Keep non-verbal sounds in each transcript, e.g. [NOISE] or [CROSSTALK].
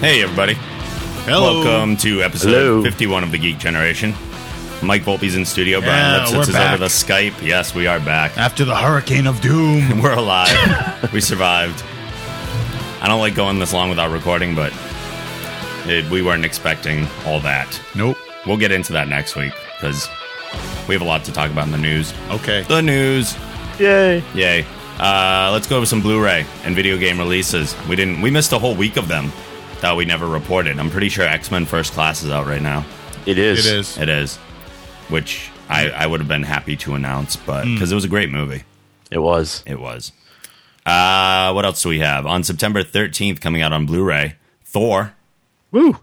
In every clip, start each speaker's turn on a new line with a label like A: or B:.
A: Hey, everybody.
B: Hello.
A: Welcome to episode
C: Hello.
A: 51 of the Geek Generation. Mike Volpe's in studio. Brian
B: Yeah,
A: Lipsitz
B: we're
A: is
B: back.
A: over the Skype. Yes, we are back. [LAUGHS]
B: After the hurricane of doom.
A: We're alive.
B: [LAUGHS]
A: we survived. I don't like going this long without recording, but it, we weren't expecting all that.
B: Nope.
A: We'll get into that next week because we have a lot to talk about in the news.
B: Okay.
A: The news.
C: Yay.
A: Yay. Uh, let's go over some Blu-ray and video game releases. We didn't. We missed a whole week of them that we never reported. I'm pretty sure X-Men First Class is out right now.
C: It is.
B: It is.
A: It is, which I, I would have been happy to announce, but because it was a great movie,
C: Hmm. It was.
A: it was. Uh, what else do we have on September 13th coming out on Blu-ray? Thor.
C: Woo.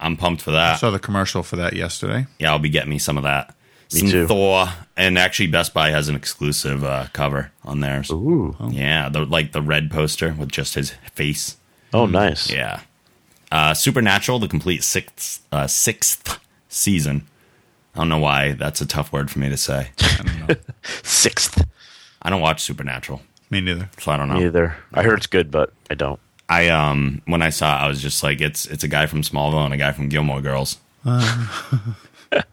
A: I'm pumped for that.
B: Saw the commercial for that yesterday.
A: yeah, I'll be getting me some of that.
C: Me
A: some
C: too.
A: Thor, and actually Best Buy has an exclusive uh, cover on theirs.
C: Ooh.
A: Yeah, the like the red poster with just his face.
C: Oh, nice.
A: Yeah. Uh, Supernatural, the complete sixth uh, sixth season. I don't know why that's a tough word for me to say.
B: I
A: [LAUGHS]
B: don't know.
C: Sixth.
A: I don't watch Supernatural,
B: Me neither.
A: so I don't know.
C: Me either. I heard it's good, but I don't.
A: I um when I saw, it, I was just like, it's it's a guy from Smallville and a guy from Gilmore Girls.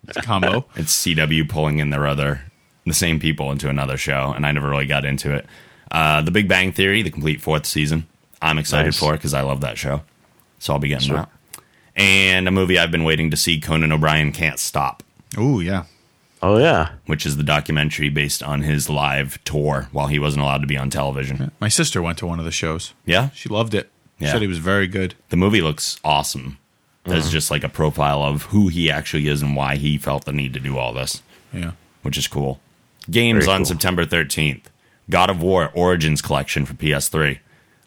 B: It's a combo.
A: It's CW pulling in their other the same people into another show, and I never really got into it. Uh, the Big Bang Theory, the complete fourth season. I'm excited
C: Nice.
A: for because I love that show, so I'll be getting
C: Sure.
A: that. And a movie I've been waiting to see, Conan O'Brien Can't Stop.
B: Ooh, yeah.
C: Oh yeah.
A: which is the documentary based on his live tour while he wasn't allowed to be on television.
B: My sister went to one of the shows.
A: Yeah.
B: She loved it.
A: Yeah.
B: Said he was very good.
A: The movie looks awesome. There's
C: Uh-huh.
A: just like a profile of who he actually is and why he felt the need to do all this,
B: Yeah.
A: which is cool. Games
C: Very
A: on
C: cool.
A: September 13th God of War Origins Collection for PS3,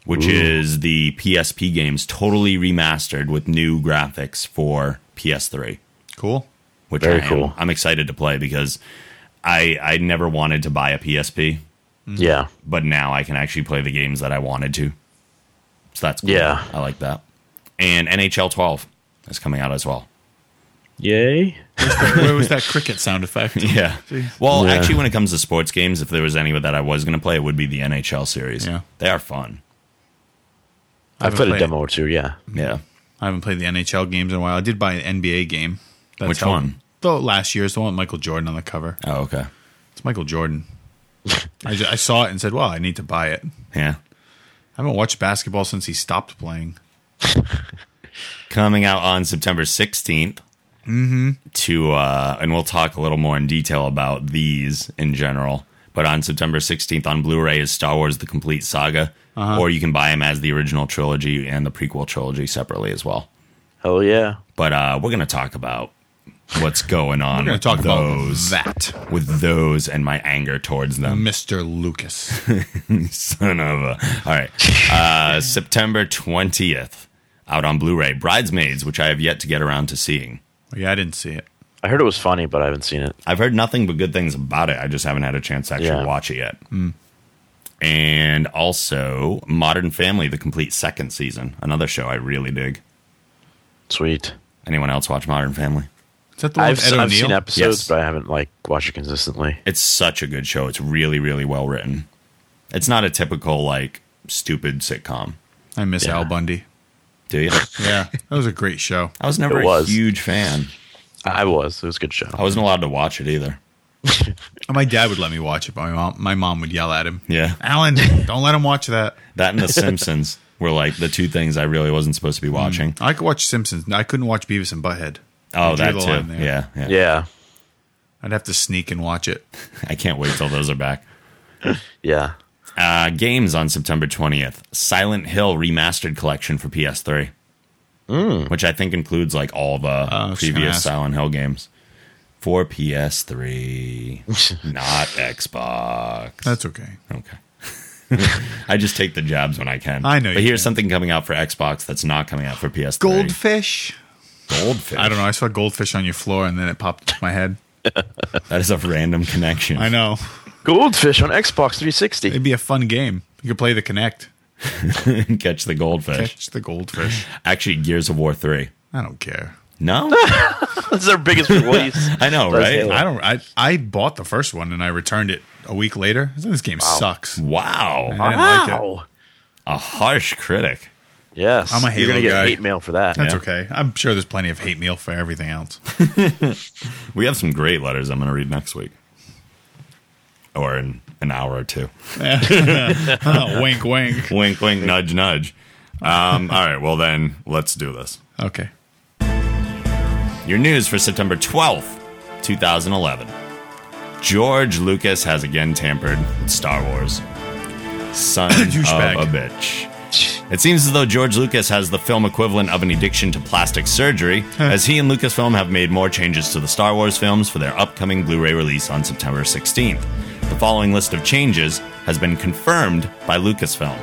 A: which is the PSP games totally remastered with new graphics for PS3.
B: Cool.
A: which
C: Very
A: I am.
C: cool.
A: I'm excited to play because I I never wanted to buy a PSP,
C: Hmm. Yeah.
A: but now I can actually play the games that I wanted to. So that's cool.
C: Yeah.
A: I like that. And NHL 12 is coming out as well.
C: Yay.
B: Where was that cricket sound
A: [LAUGHS]
B: effect?
A: Yeah. Well,
C: Yeah.
A: actually, when it comes to sports games, if there was any that I was going to play, it would be the NHL series.
B: Yeah.
A: They are fun.
B: I
C: I've
B: haven't
C: played a
B: played
C: demo or two. Yeah.
A: Yeah.
B: I haven't played the NHL games in a while. I did buy an NBA game. That's
A: Which
B: how-
A: one?
B: The last year's, the one with Michael Jordan on the cover.
A: Oh, okay.
B: It's Michael Jordan. I, ju- I saw it and said, well, I need to buy it.
A: Yeah.
B: I haven't watched basketball since he stopped playing.
A: Coming out on September 16th.
B: Mm-hmm.
A: To, uh, and we'll talk a little more in detail about these in general. But on September 16th on Blu ray is Star Wars The Complete Saga.
B: Uh-huh.
A: Or you can buy them as the original trilogy and the prequel trilogy separately as well.
C: Hell yeah.
A: but uh, we're going to talk about what's going on
B: We're going
A: with
B: to talk
A: those
B: about that.
A: with those and my anger towards them
B: Mr. Lucas.
A: [LAUGHS] son of a all right
C: [LAUGHS]
A: uh, september 20th out on blu-ray bridesmaids which i have yet to get around to seeing
B: [LAUGHS] yeah, I didn't see it.
C: I heard it was funny, but I haven't seen it.
A: i've heard nothing but good things about it i just haven't had a chance to actually
C: Yeah. Hmm.
A: watch it yet and also modern family the complete second season another show i really dig
C: Sweet.
A: anyone else watch modern family
B: Is that the one
C: I've,
B: with Ed
C: I've
B: O'Neill?
C: seen episodes,
A: Yes.
C: but I haven't like watched it consistently.
A: it's such a good show. It's really, really well written. It's not a typical like stupid sitcom.
B: I miss
C: Yeah.
B: Al Bundy.
A: Do
C: [LAUGHS]
A: you?
B: Yeah, that was a great show.
A: I was never
C: It
A: a
C: was.
A: huge fan.
C: I was. It was a good show.
A: I wasn't allowed to watch it either.
B: My dad would let me watch it, but my mom, my mom would yell at him.
A: Yeah,
B: Alan, don't let him watch that.
A: that and The Simpsons were like the two things I really wasn't supposed
B: Hmm.
A: to be watching.
B: I could watch Simpsons. I couldn't watch Beavis and Butthead.
A: Oh,
B: I drew
A: that
B: the line
A: too.
B: there.
A: Yeah, yeah,
C: Yeah.
B: I'd have to sneak and watch it.
A: I can't wait till those are back.
C: Yeah.
A: Uh, games on September twentieth: Silent Hill remastered collection for PS3, which I think includes like all the
B: Oh, I was just gonna
A: previous
B: ask.
A: Silent Hill games for
B: [LAUGHS]
A: PS3, not Xbox.
B: That's okay.
A: Okay. [LAUGHS] I just take the jabs when I can.
B: I know
A: But
B: you
A: here's
B: can.
A: something coming out for Xbox that's not coming out for PS3.
B: Goldfish.
A: Goldfish.
B: I don't know. I saw goldfish on your floor, and then it popped into my head.
A: That is a random connection.
B: I know.
C: Goldfish on Xbox [LAUGHS] 360.
B: It'd be a fun game. You could play the Connect,
A: Catch the goldfish.
B: catch the goldfish.
A: Actually, Gears of War 3.
B: I don't care.
A: [LAUGHS] No?
C: That's their biggest release. [LAUGHS]
A: I know,
C: That's
A: right?
C: Halo.
B: I don't. I I bought the first one and I returned it a week later. I said, This game sucks.
A: Wow.
B: I didn't like it.
C: Wow.
A: A harsh critic.
C: Yes.
B: I'm a
C: You're gonna
B: Halo
C: get
B: guy.
C: hate mail for that.
B: That's
A: Yeah.
B: okay. I'm sure there's plenty of hate mail for
A: [LAUGHS]
B: everything else. [LAUGHS]
A: We have some great letters I'm going to read next week or in an hour or two.
B: wink, wink.
A: Wink, wink, nudge, nudge. Um, all right, well, then let's do this.
B: Okay.
A: Your news for September 12th, 2011. George Lucas has again tampered with Star Wars. Son of
B: Douchebag.
A: a bitch. It seems as though George Lucas has the film equivalent of an addiction to plastic surgery, as he and Lucasfilm have made more changes to the Star Wars films for their upcoming Blu ray release on September 16th. The following list of changes has been confirmed by Lucasfilm.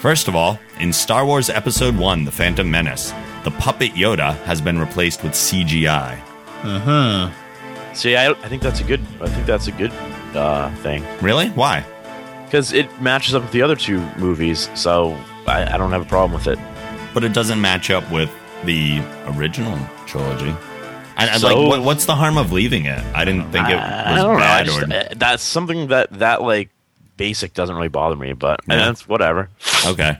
A: First of all, in Star Wars Episode 1 The Phantom Menace, the puppet Yoda has been replaced with CGI.
B: Uh-huh.
C: See, I, I think that's a good. I think that's a good uh, thing
A: Really? Why?
C: because it matches up with the other two movies. So I, I don't have a problem with it.
A: But it doesn't match up with the original trilogy. And, and,
C: So-
A: like, what, what's the harm of leaving it? I didn't think it was
C: I don't know. I
A: bad.
C: just,
A: or,
C: uh, that's something that that like basic doesn't really bother me, but and
A: Yeah.
C: that's whatever.
A: Okay.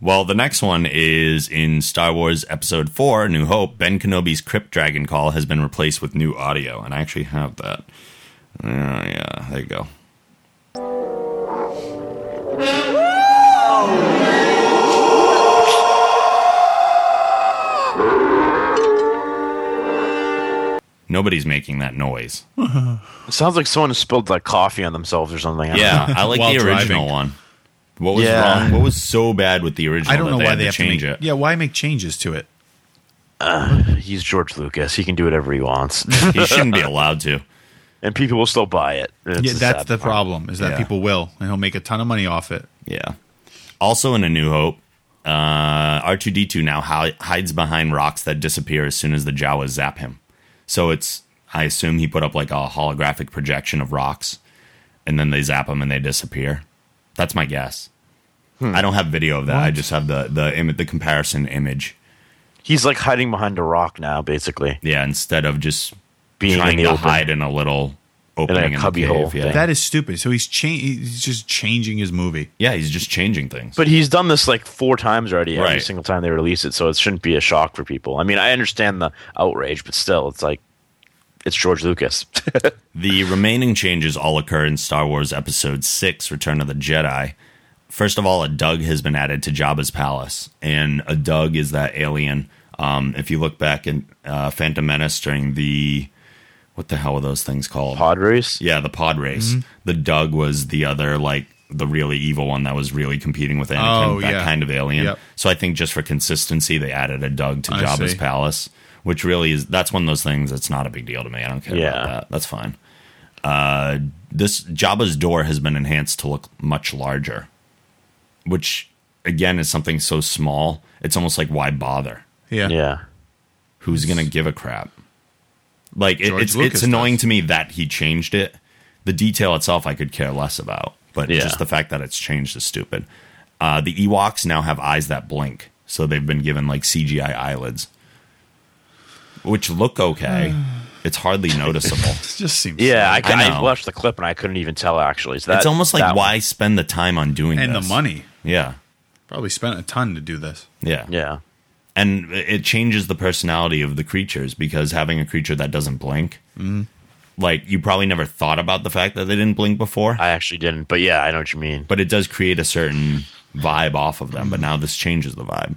A: Well, the next one is in Star Wars Episode 4, New Hope. Ben Kenobi's Crypt Dragon Call has been replaced with new audio, and I actually have that. Uh, yeah, there you go. Nobody's making that noise.
C: It sounds like someone spilled like coffee on themselves or something. I don't
A: Yeah, I like
B: [LAUGHS] While
A: the original
B: driving.
A: one. What was
C: Yeah.
A: wrong? What was so bad with the original?
B: I don't
A: that
B: know
A: they
B: why
A: had
B: they
A: to
B: have
A: change
B: to make,
A: it.
B: Yeah, why make changes to it?
C: know. He's George Lucas. He can do whatever he wants,
A: [LAUGHS] He shouldn't be allowed to.
C: and people will still buy it. It's
B: yeah, that's
C: sad
B: the
C: part.
B: problem. Is that
A: Yeah.
B: people will, and he'll make a ton of money off it.
A: Yeah. Also in A New Hope, uh, R2D2 now hi- hides behind rocks that disappear as soon as the Jawas zap him. So it's, I assume he put up like a holographic projection of rocks and then they zap him and they disappear. That's my guess.
C: Hmm.
A: I don't have video of that. I just have the the Im- the comparison image.
C: He's like hiding behind a rock now, basically
A: Yeah, instead of just
C: being
A: trying
C: in
A: to
C: the open.
A: hide in a little opening in,
C: cubby
A: the cave.
C: hole
A: yeah.
C: thing.
B: That is stupid. So he's cha- he's just changing his movie.
A: yeah, he's just changing things.
C: But he's done this like four times already. Every
A: Right.
C: single time they release it, so it shouldn't be a shock for people. I mean, I understand the outrage, but still, it's like it's George Lucas. [LAUGHS]
A: The remaining changes all occur in Star Wars Episode 6 Return of the Jedi. First of all, a Dug has been added to Jabba's palace, and a Dug is that alien. Um, if you look back in uh, Phantom Menace during the. What the hell were those things called?
C: Pod race.
A: Yeah, the pod race.
B: Mm-hmm.
A: The Dug was the other, like, the really evil one that was really competing with Anakin,
B: Oh,
A: that
B: yeah.
A: kind of alien.
B: Yep.
A: So I think just for consistency, they added a Dug to
B: I
A: Jabba's
B: see.
A: palace, which really is that's one of those things that's not a big deal to me. I don't care
C: Yeah.
A: about that. That's fine. Uh, this Jabba's door has been enhanced to look much larger, which again is something so small. It's almost like why bother?
B: Yeah,
C: yeah.
A: who's gonna give a crap? Like it,
B: George
A: it's
B: Lucas
A: it's annoying
B: does.
A: to me that he changed it. The detail itself, I could care less about, but
C: Yeah.
A: just the fact that it's changed is stupid. Uh, the Ewoks now have eyes that blink, so they've been given like CGI eyelids, which look
B: [SIGHS]
A: okay. it's hardly noticeable.
B: It just seems.
C: Yeah, I,
B: silly.
A: I
C: I,
A: know.
C: watched the clip and I couldn't even tell actually. So that,
A: it's almost like
C: that
A: why
C: one.
A: spend the time on doing
B: and the
A: this?
B: money
A: Yeah,
B: probably spent a ton to do this.
A: yeah,
C: Yeah,
A: and it changes the personality of the creatures because having a creature that doesn't blink like you probably never thought about the fact that they didn't blink before
C: I actually didn't, but yeah, I know what you mean.
A: but it does create a certain vibe off of them but now this changes the vibe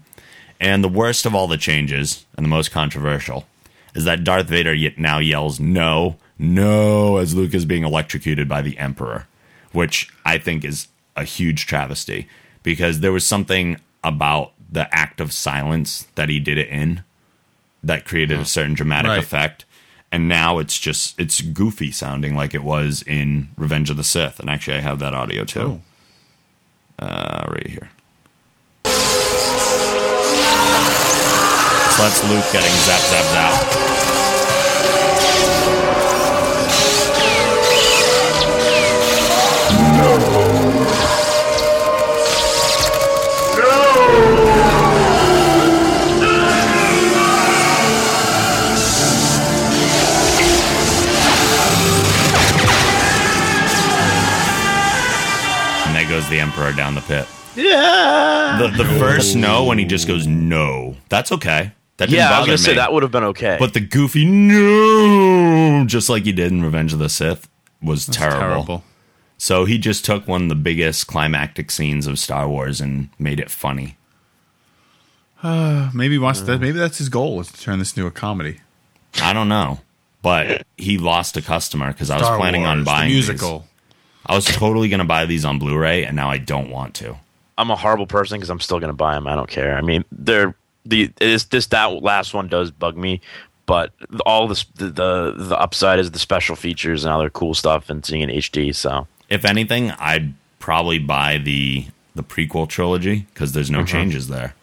A: and the worst of all the changes and the most controversial is that darth vader yet now yells no no as luke is being electrocuted by the emperor which i think is a huge travesty because there was something about the act of silence that he did it in that created a certain dramatic
B: Right.
A: effect and now it's just it's goofy sounding like it was in revenge of the sith and actually i have that audio
B: Oh.
A: too uh, right here so that's luke getting zap zap zap and there goes the emperor down the pit
C: Yeah.
A: The, the first no when he just goes no. That's okay. That didn't
C: yeah,
A: bother
C: I was gonna
A: me.
C: say that would have been okay.
A: but the goofy no, just like he did in Revenge of the Sith, was terrible. So he just took one of the biggest climactic scenes of Star Wars and made it funny.
B: Maybe he wants that. Maybe that's his goal is to turn this into a comedy.
A: I don't know, but he lost a customer because I was
B: Star
A: planning
B: Wars,
A: on
B: the
A: buying these.
B: musical.
A: I was totally gonna buy these on Blu-ray, and now I don't want to.
C: I'm a horrible person because I'm still gonna buy them. I don't care. I mean, they're the it is this that last one does bug me, but all this the, the the upside is the special features and other cool stuff and seeing it in HD. So
A: If anything, I'd probably buy the the prequel trilogy because there's no changes there.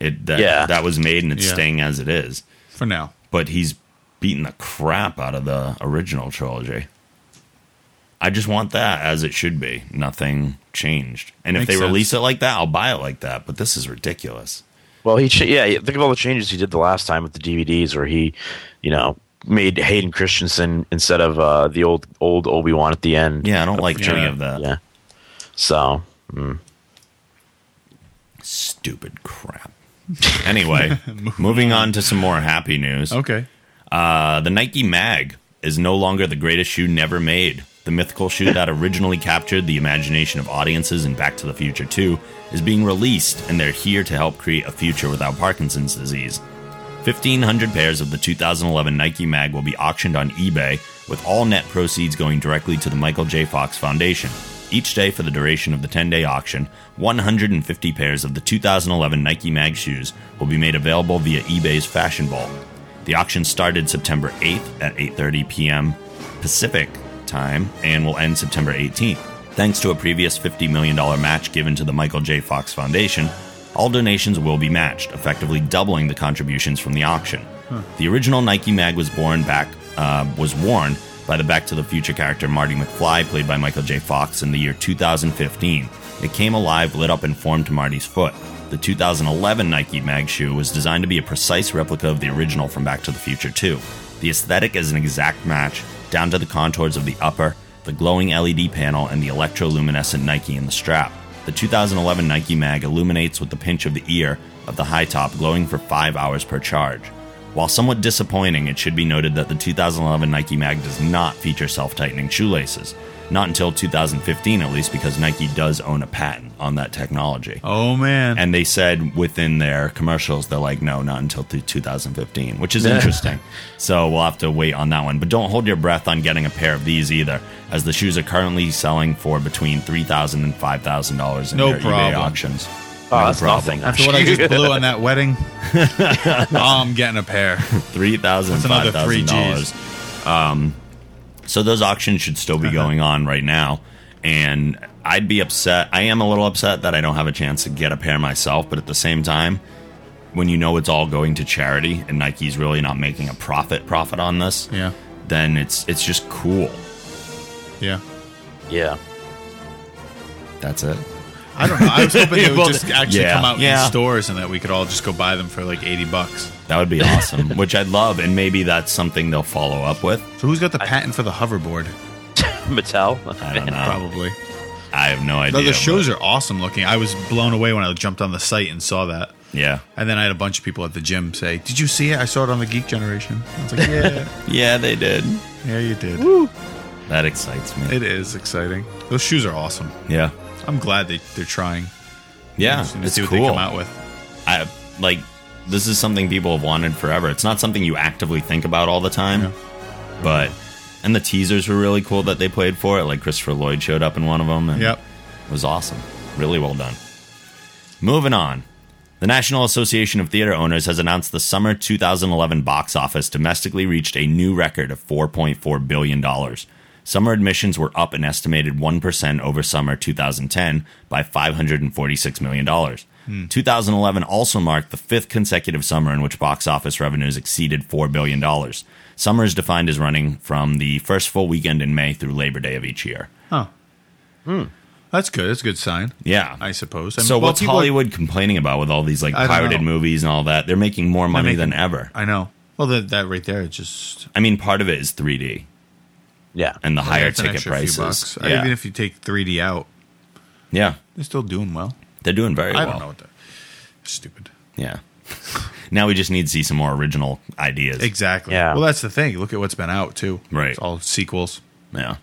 A: It that,
C: Yeah.
A: that was made and it's
B: Uh-huh. Yeah.
A: staying as it is.
B: For now,
A: But he's beaten the crap out of the original trilogy. I just want that as it should be. Nothing changed. And if
B: Makes
A: they
B: sense.
A: release it like that, I'll buy it like that. But this is ridiculous.
C: well, he cha- yeah, think of all the changes he did the last time with the DVDs where he, you know, made Hayden Christensen instead of uh, the old old Obi Wan at the end.
A: Yeah, I don't like any
B: Yeah.
A: of that
C: yeah. So
A: stupid crap.
B: [LAUGHS]
A: Anyway, moving on to some more happy news.
B: okay.
A: Uh, the Nike Mag is no longer the greatest shoe never made. The mythical shoe that originally captured the imagination of audiences in Back to the Future 2 is being released, and they're here to help create a future without Parkinson's disease. 1,500 pairs of the 2011 Nike Mag will be auctioned on eBay, with all net proceeds going directly to the Michael J. Fox Foundation. Each day for the duration of the 10 day auction, 150 pairs of the 2011 Nike Mag shoes will be made available via eBay's Fashion Vault. The auction started September 8th at 8:30 p.m. Pacific time and will end September 18th. Thanks to a previous $50 million match given to the Michael J. Fox Foundation, all donations will be matched, effectively doubling the contributions from the auction. The original Nike mag was born back uh, was worn by the Back to the Future character Marty McFly, played by Michael J. Fox, in the year 2015. It came alive, lit up, and formed Marty's foot. The 2011 Nike Mag shoe was designed to be a precise replica of the original from Back to the Future 2. The aesthetic is an exact match, down to the contours of the upper, the glowing LED panel, and the electroluminescent Nike in the strap. The 2011 Nike Mag illuminates with the pinch of the ear of the high top, glowing for five hours per charge. While somewhat disappointing, it should be noted that the 2011 Nike Mag does not feature self tightening shoelaces. Not until 2015, at least, because Nike does own a patent on that technology.
B: Oh man,
A: And they said within their commercials, they're like, no, not until th- 2015, which is interesting. so we'll have to wait on that one. But don't hold your breath on getting a pair of these either, as the shoes are currently selling for between $3,000 and $5,000 in
B: No
A: their eBay
B: problem.
A: auctions.
C: oh, that's nothing.
B: after what I just blew on that
A: [LAUGHS]
B: wedding, Oh, I'm getting a pair.
A: three thousand
B: That's
A: five
B: another three
A: thousand dollars.
B: Gs.
A: Um, so those auctions should still
B: Uh-huh.
A: be going on right now, and I'd be upset. I am a little upset that I don't have a chance to get a pair myself, but at the same time, when you know it's all going to charity and Nike's really not making a profit profit on this,
B: Yeah,
A: then it's it's just cool.
B: yeah.
C: [LAUGHS] yeah.
A: That's it.
B: I don't know. I
A: [LAUGHS]
B: was hoping they
A: Well,
B: would just actually
A: yeah,
B: come out
A: yeah.
B: in stores and that we could all just go buy them for like eighty bucks.
A: That would be awesome,
B: [LAUGHS]
A: which I'd love, and maybe that's something they'll follow up with.
B: So who's got the patent for the hoverboard?
C: Mattel.
A: [LAUGHS] I don't know.
B: Probably.
A: I have no idea.
B: Though the
A: Oh. but-
B: shows are awesome looking. I was blown away when I jumped on the site and saw that.
A: yeah,
B: And then I had a bunch of people at the gym say, "Did you see it? I saw it on the Geek Generation." I
A: [LAUGHS]
B: was like, "Yeah,
A: yeah, they did.
B: yeah, you did."
A: That excites me.
B: It is exciting. Those shoes are awesome.
A: yeah,
B: I'm glad they they're trying.
A: yeah.
B: Just gonna
A: It's
B: see what
A: cool.
B: they come out with.
A: I like this is something people have wanted forever. It's not something you actively think about all the time,
B: Yeah.
A: but and the teasers were really cool that they played for it. Like Christopher Lloyd showed up in one of them. And
B: Yep.
A: it was awesome. Really well done. Moving on. The National Association of Theater Owners has announced the summer 2011 box office domestically reached a new record of $4.4 billion. Summer admissions were up an estimated 1% over summer 2010 by $546 million. 2011 also marked the fifth consecutive summer in which box office revenues exceeded $4 billion. Summer is defined as running from the first full weekend in May through Labor Day of each year.
B: That's good. That's a good sign.
A: Yeah.
B: I suppose. I mean,
A: Hmm. so
B: well,
A: what's
B: people are-
A: Hollywood complaining about with all these like
B: I don't
A: pirated
B: know.
A: movies and all that? They're making more money
B: making-
A: than ever.
B: I know. Well, that that right there, it's just
A: I mean, part of it is 3D
C: Yeah.
A: and the higher
B: that's an
A: ticket
B: extra few Uh,
A: prices.
B: bucks.
A: Yeah.
B: Even if you take 3D out,
A: yeah.
B: they're still doing well.
A: They're doing very
B: I
A: well.
B: don't know what the stupid.
A: Yeah. now we just need to see some more original ideas.
B: Exactly.
C: Yeah.
B: Well, that's the thing. Look at what's been out too.
A: Right.
B: It's all sequels.
A: Yeah.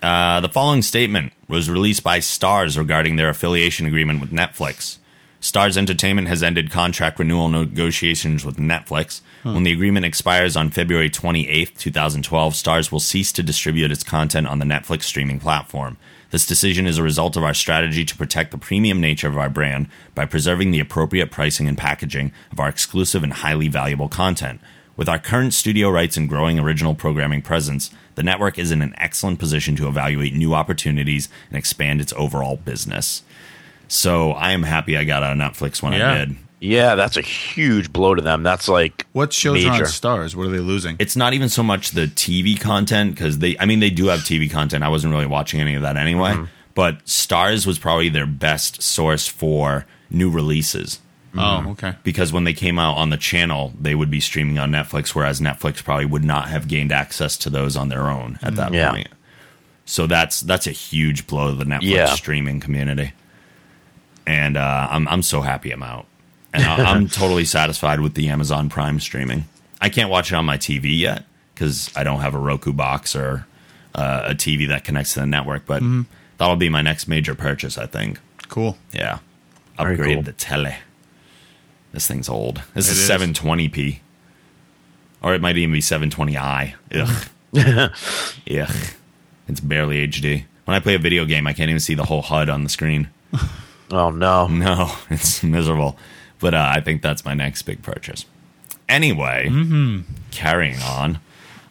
A: Uh, the following statement was released by Stars regarding their affiliation agreement with Netflix. Stars Entertainment has ended contract renewal negotiations with Netflix. When the agreement expires on February 28th, 2012, Stars will cease to distribute its content on the Netflix streaming platform. This decision is a result of our strategy to protect the premium nature of our brand by preserving the appropriate pricing and packaging of our exclusive and highly valuable content. With our current studio rights and growing original programming presence, the network is in an excellent position to evaluate new opportunities and expand its overall business. So I am happy I got on Netflix when I
B: Yeah.
A: did.
C: Yeah, that's a huge blow to them. That's like
B: What shows are on
C: Major.
B: stars? What are they losing?
A: It's not even so much the TV content because they, I mean, they do have TV content. I wasn't really watching any of that anyway. But Stars was probably their best source for new releases Mm.
B: oh, okay.
A: because when they came out on the channel, they would be streaming on Netflix, whereas Netflix probably would not have gained access to those on their own at that
C: Yeah.
A: point. So that's that's a huge blow to the Netflix
C: Yeah.
A: streaming community. And uh, I'm I'm so happy I'm out, and I,
C: [LAUGHS]
A: I'm totally satisfied with the Amazon Prime streaming. I can't watch it on my TV yet because I don't have a Roku box or uh, a TV that connects to the network. But
C: Mm-hmm.
A: that'll be my next major purchase, I think.
B: Cool.
A: Yeah.
C: Very
A: Upgrade
C: cool.
A: the tele. This thing's old. This
B: It
A: is
B: is.
A: 720p. Or it might even be 720i. Ugh. Ugh. It's barely HD. When I play a video game, I can't even see the whole HUD on the screen.
C: oh no,
A: No, [LAUGHS] it's miserable. But uh, I think that's my next big purchase. Anyway, carrying on.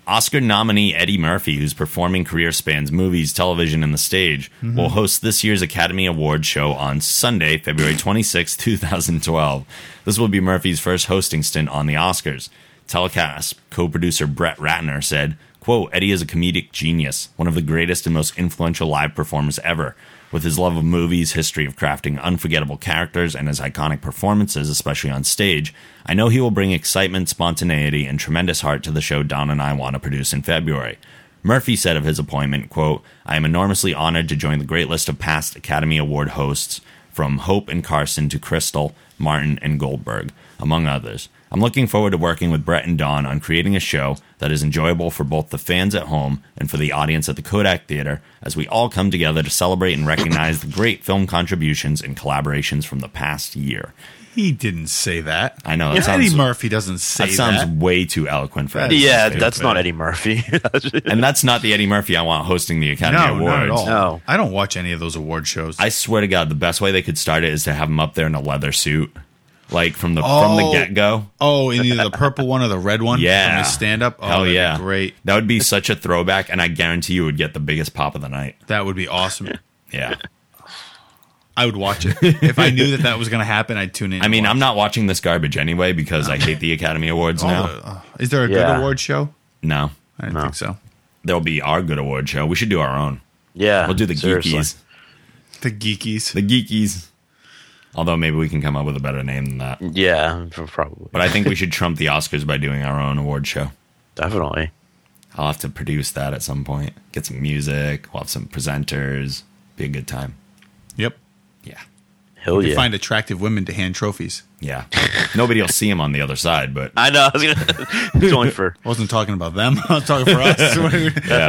A: Oscar nominee Eddie Murphy, whose performing career spans movies, television, and the stage, will host this year's Academy Award show on Sunday, February 26, 2012. This will be Murphy's first hosting stint on the Oscars. Telecast co-producer Brett Ratner said, quote, Eddie is a comedic genius, one of the greatest and most influential live performers ever. With his love of movies, history of crafting unforgettable characters, and his iconic performances, especially on stage, I know he will bring excitement, spontaneity, and tremendous heart to the show Don and I want to produce in February. Murphy said of his appointment, quote, I am enormously honored to join the great list of past Academy Award hosts from Hope and Carson to Crystal, Martin, and Goldberg, among others. I'm looking forward to working with Brett and Don on creating a show that is enjoyable for both the fans at home and for the audience at the Kodak Theater as we all come together to celebrate and recognize the great film contributions and collaborations from the past year.
B: He didn't say that.
A: I know, that
B: Eddie
A: sounds-
B: Murphy doesn't say
A: That
B: that.
A: sounds way too eloquent for Eddie.
C: yeah,
B: stupid.
C: that's not Eddie Murphy. [LAUGHS]
A: And that's not the Eddie Murphy I want hosting the Academy
B: no,
A: Awards.
B: not at all.
C: No.
B: I don't watch any of those award shows.
A: I swear to God, the best way they could start it is to have him up there in a leather suit, like from the from the
B: Oh.
A: get go.
B: oh, in either the purple one or the red one.
A: Yeah,
B: stand up. Oh,
A: Hell
B: that'd be
A: yeah,
B: Great.
A: That would be such a throwback, and I guarantee you would get the biggest pop of the night.
B: That would be awesome.
A: Yeah,
B: I would watch it if I knew that that was going to happen. I'd tune in.
A: I mean, I'm not watching this garbage anyway because I hate the Academy Awards now.
B: is there a
C: Yeah.
B: good award show?
A: No,
B: I don't
C: No.
B: think so.
A: there'll be our good award show. We should do our own.
C: yeah,
A: We'll do the
C: seriously.
A: geekies.
B: The geekies.
A: The geekies. Although maybe we can come up with a better name than that.
C: Yeah, probably,
A: But I think we should trump the Oscars by doing our own award show.
C: definitely.
A: I'll have to produce that at some point. Get some music. We'll have some presenters. Be a good time.
B: yep.
A: Yeah.
C: Hell
B: You
C: yeah.
B: find attractive women to hand trophies.
A: Yeah. Nobody will see him on the other side, but
C: I know. I was gonna, [LAUGHS] it's only for
B: I wasn't talking about them. [LAUGHS] I was talking
A: [LAUGHS]
B: for us.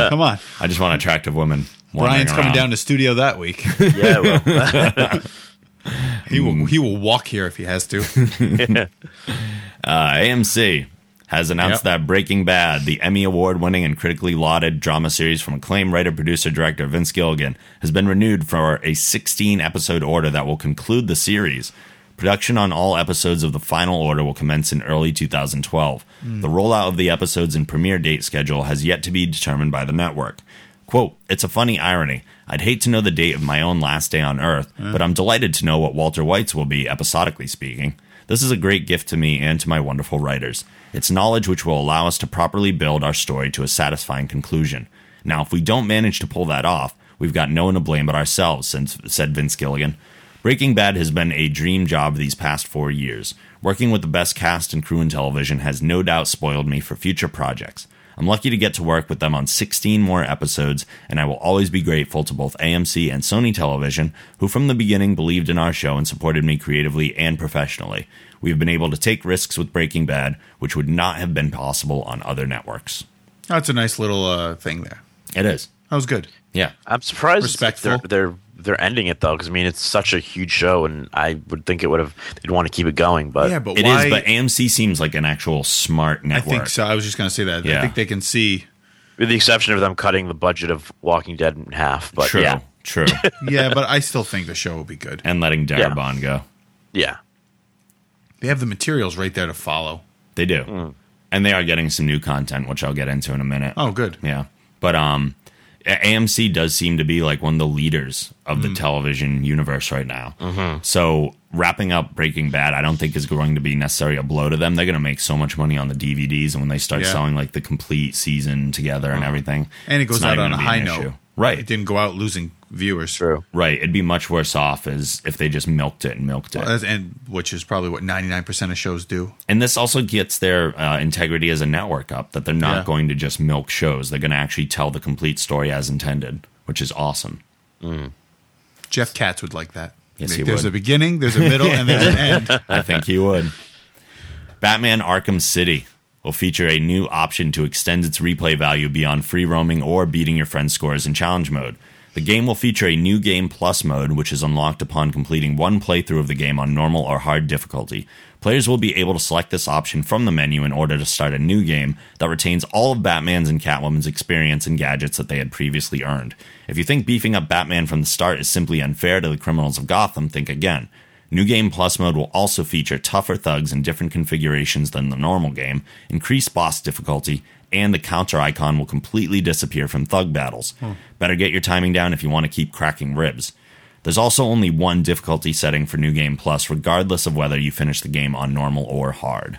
B: Come on.
A: I just want attractive women. wandering
B: Brian's coming
A: around.
B: down to studio that week.
C: yeah. Well,
B: He will he will walk here if he
A: [LAUGHS]
B: has to.
A: Uh, AMC has announced
B: Yep.
A: that Breaking Bad, the Emmy Award winning and critically lauded drama series from acclaimed writer, producer, director Vince Gilligan, has been renewed for a 16 episode order that will conclude the series. Production on all episodes of the final order will commence in early 2012. The rollout of the episodes and premiere date schedule has yet to be determined by the network. Quote, it's a funny irony. I'd hate to know the date of my own last day on Earth, but I'm delighted to know what Walter White's will be, episodically speaking. This is a great gift to me and to my wonderful writers. It's knowledge which will allow us to properly build our story to a satisfying conclusion. Now, if we don't manage to pull that off, we've got no one to blame but ourselves, since, said Vince Gilligan. Breaking Bad has been a dream job these past four years. Working with the best cast and crew in television has no doubt spoiled me for future projects. I'm lucky to get to work with them on 16 more episodes, and I will always be grateful to both AMC and Sony Television, who from the beginning believed in our show and supported me creatively and professionally. We've been able to take risks with Breaking Bad, which would not have been possible on other networks.
B: That's a nice little uh, thing there.
A: It is.
B: That was good.
A: Yeah.
C: I'm surprised
B: Respectful.
C: they're they're they're ending it though, because I mean it's such a huge show, and I would think it would have they'd want to keep it going, but
B: Yeah, but
A: It is,
B: why?
A: but AMC seems like an actual smart
B: I
A: network.
B: think so. I was just going to say that.
A: Yeah.
B: I think they
A: [LAUGHS]
B: can see.
C: with the exception of them cutting the budget of Walking Dead in half. But
A: True,
C: yeah,
A: true.
B: Yeah, but I still think the show will be good.
A: and letting
C: Yeah.
A: Darabon go.
C: yeah,
B: They have the materials right there to follow.
A: They do. And they are getting some new content, which I'll get into in a minute.
B: Mm. Oh, good.
A: Yeah. But um A- AMC does seem to be like one of the leaders of
B: Mm.
A: the television universe right now.
B: Mm-hmm.
A: So wrapping up Breaking Bad, I don't think is going to be necessarily a blow to them. They're going to make so much money on the DVDs, and when they start
B: Yeah. Uh-huh.
A: selling like the complete season together and everything,
B: And it
A: it's
B: goes
A: not
B: out
A: even
B: on a
A: gonna be
B: high
A: an
B: note.
A: issue.
B: It
A: right?
B: didn't go out losing viewers.
C: true.
A: Right. It'd be much worse off as if they just milked it and milked it.
B: As- And which is probably what 99% of shows do.
A: and this also gets their uh, integrity as a network up that they're not
B: Yeah.
A: going to just milk shows they're going to actually tell the complete story as intended which is awesome
B: Jeff Katz would like that.
A: Yes,
B: Like,
A: he
B: there's
A: would.
B: a beginning, there's a middle,
A: [LAUGHS]
B: and there's an end.
A: i think he would batman arkham city will feature a new option to extend its replay value beyond free roaming or beating your friend's scores in challenge mode the game will feature a new game plus mode which is unlocked upon completing one playthrough of the game on normal or hard difficulty players will be able to select this option from the menu in order to start a new game that retains all of Batman's and Catwoman's experience and gadgets that they had previously earned. If you think beefing up Batman from the start is simply unfair to the criminals of Gotham, think again. New Game Plus mode will also feature tougher thugs in different configurations than the normal game, increased boss difficulty, and the counter icon will completely disappear from thug battles. Better get your timing down if you want to keep cracking ribs. There's also only one difficulty setting for New Game Plus, regardless of whether you finish the game on normal or hard.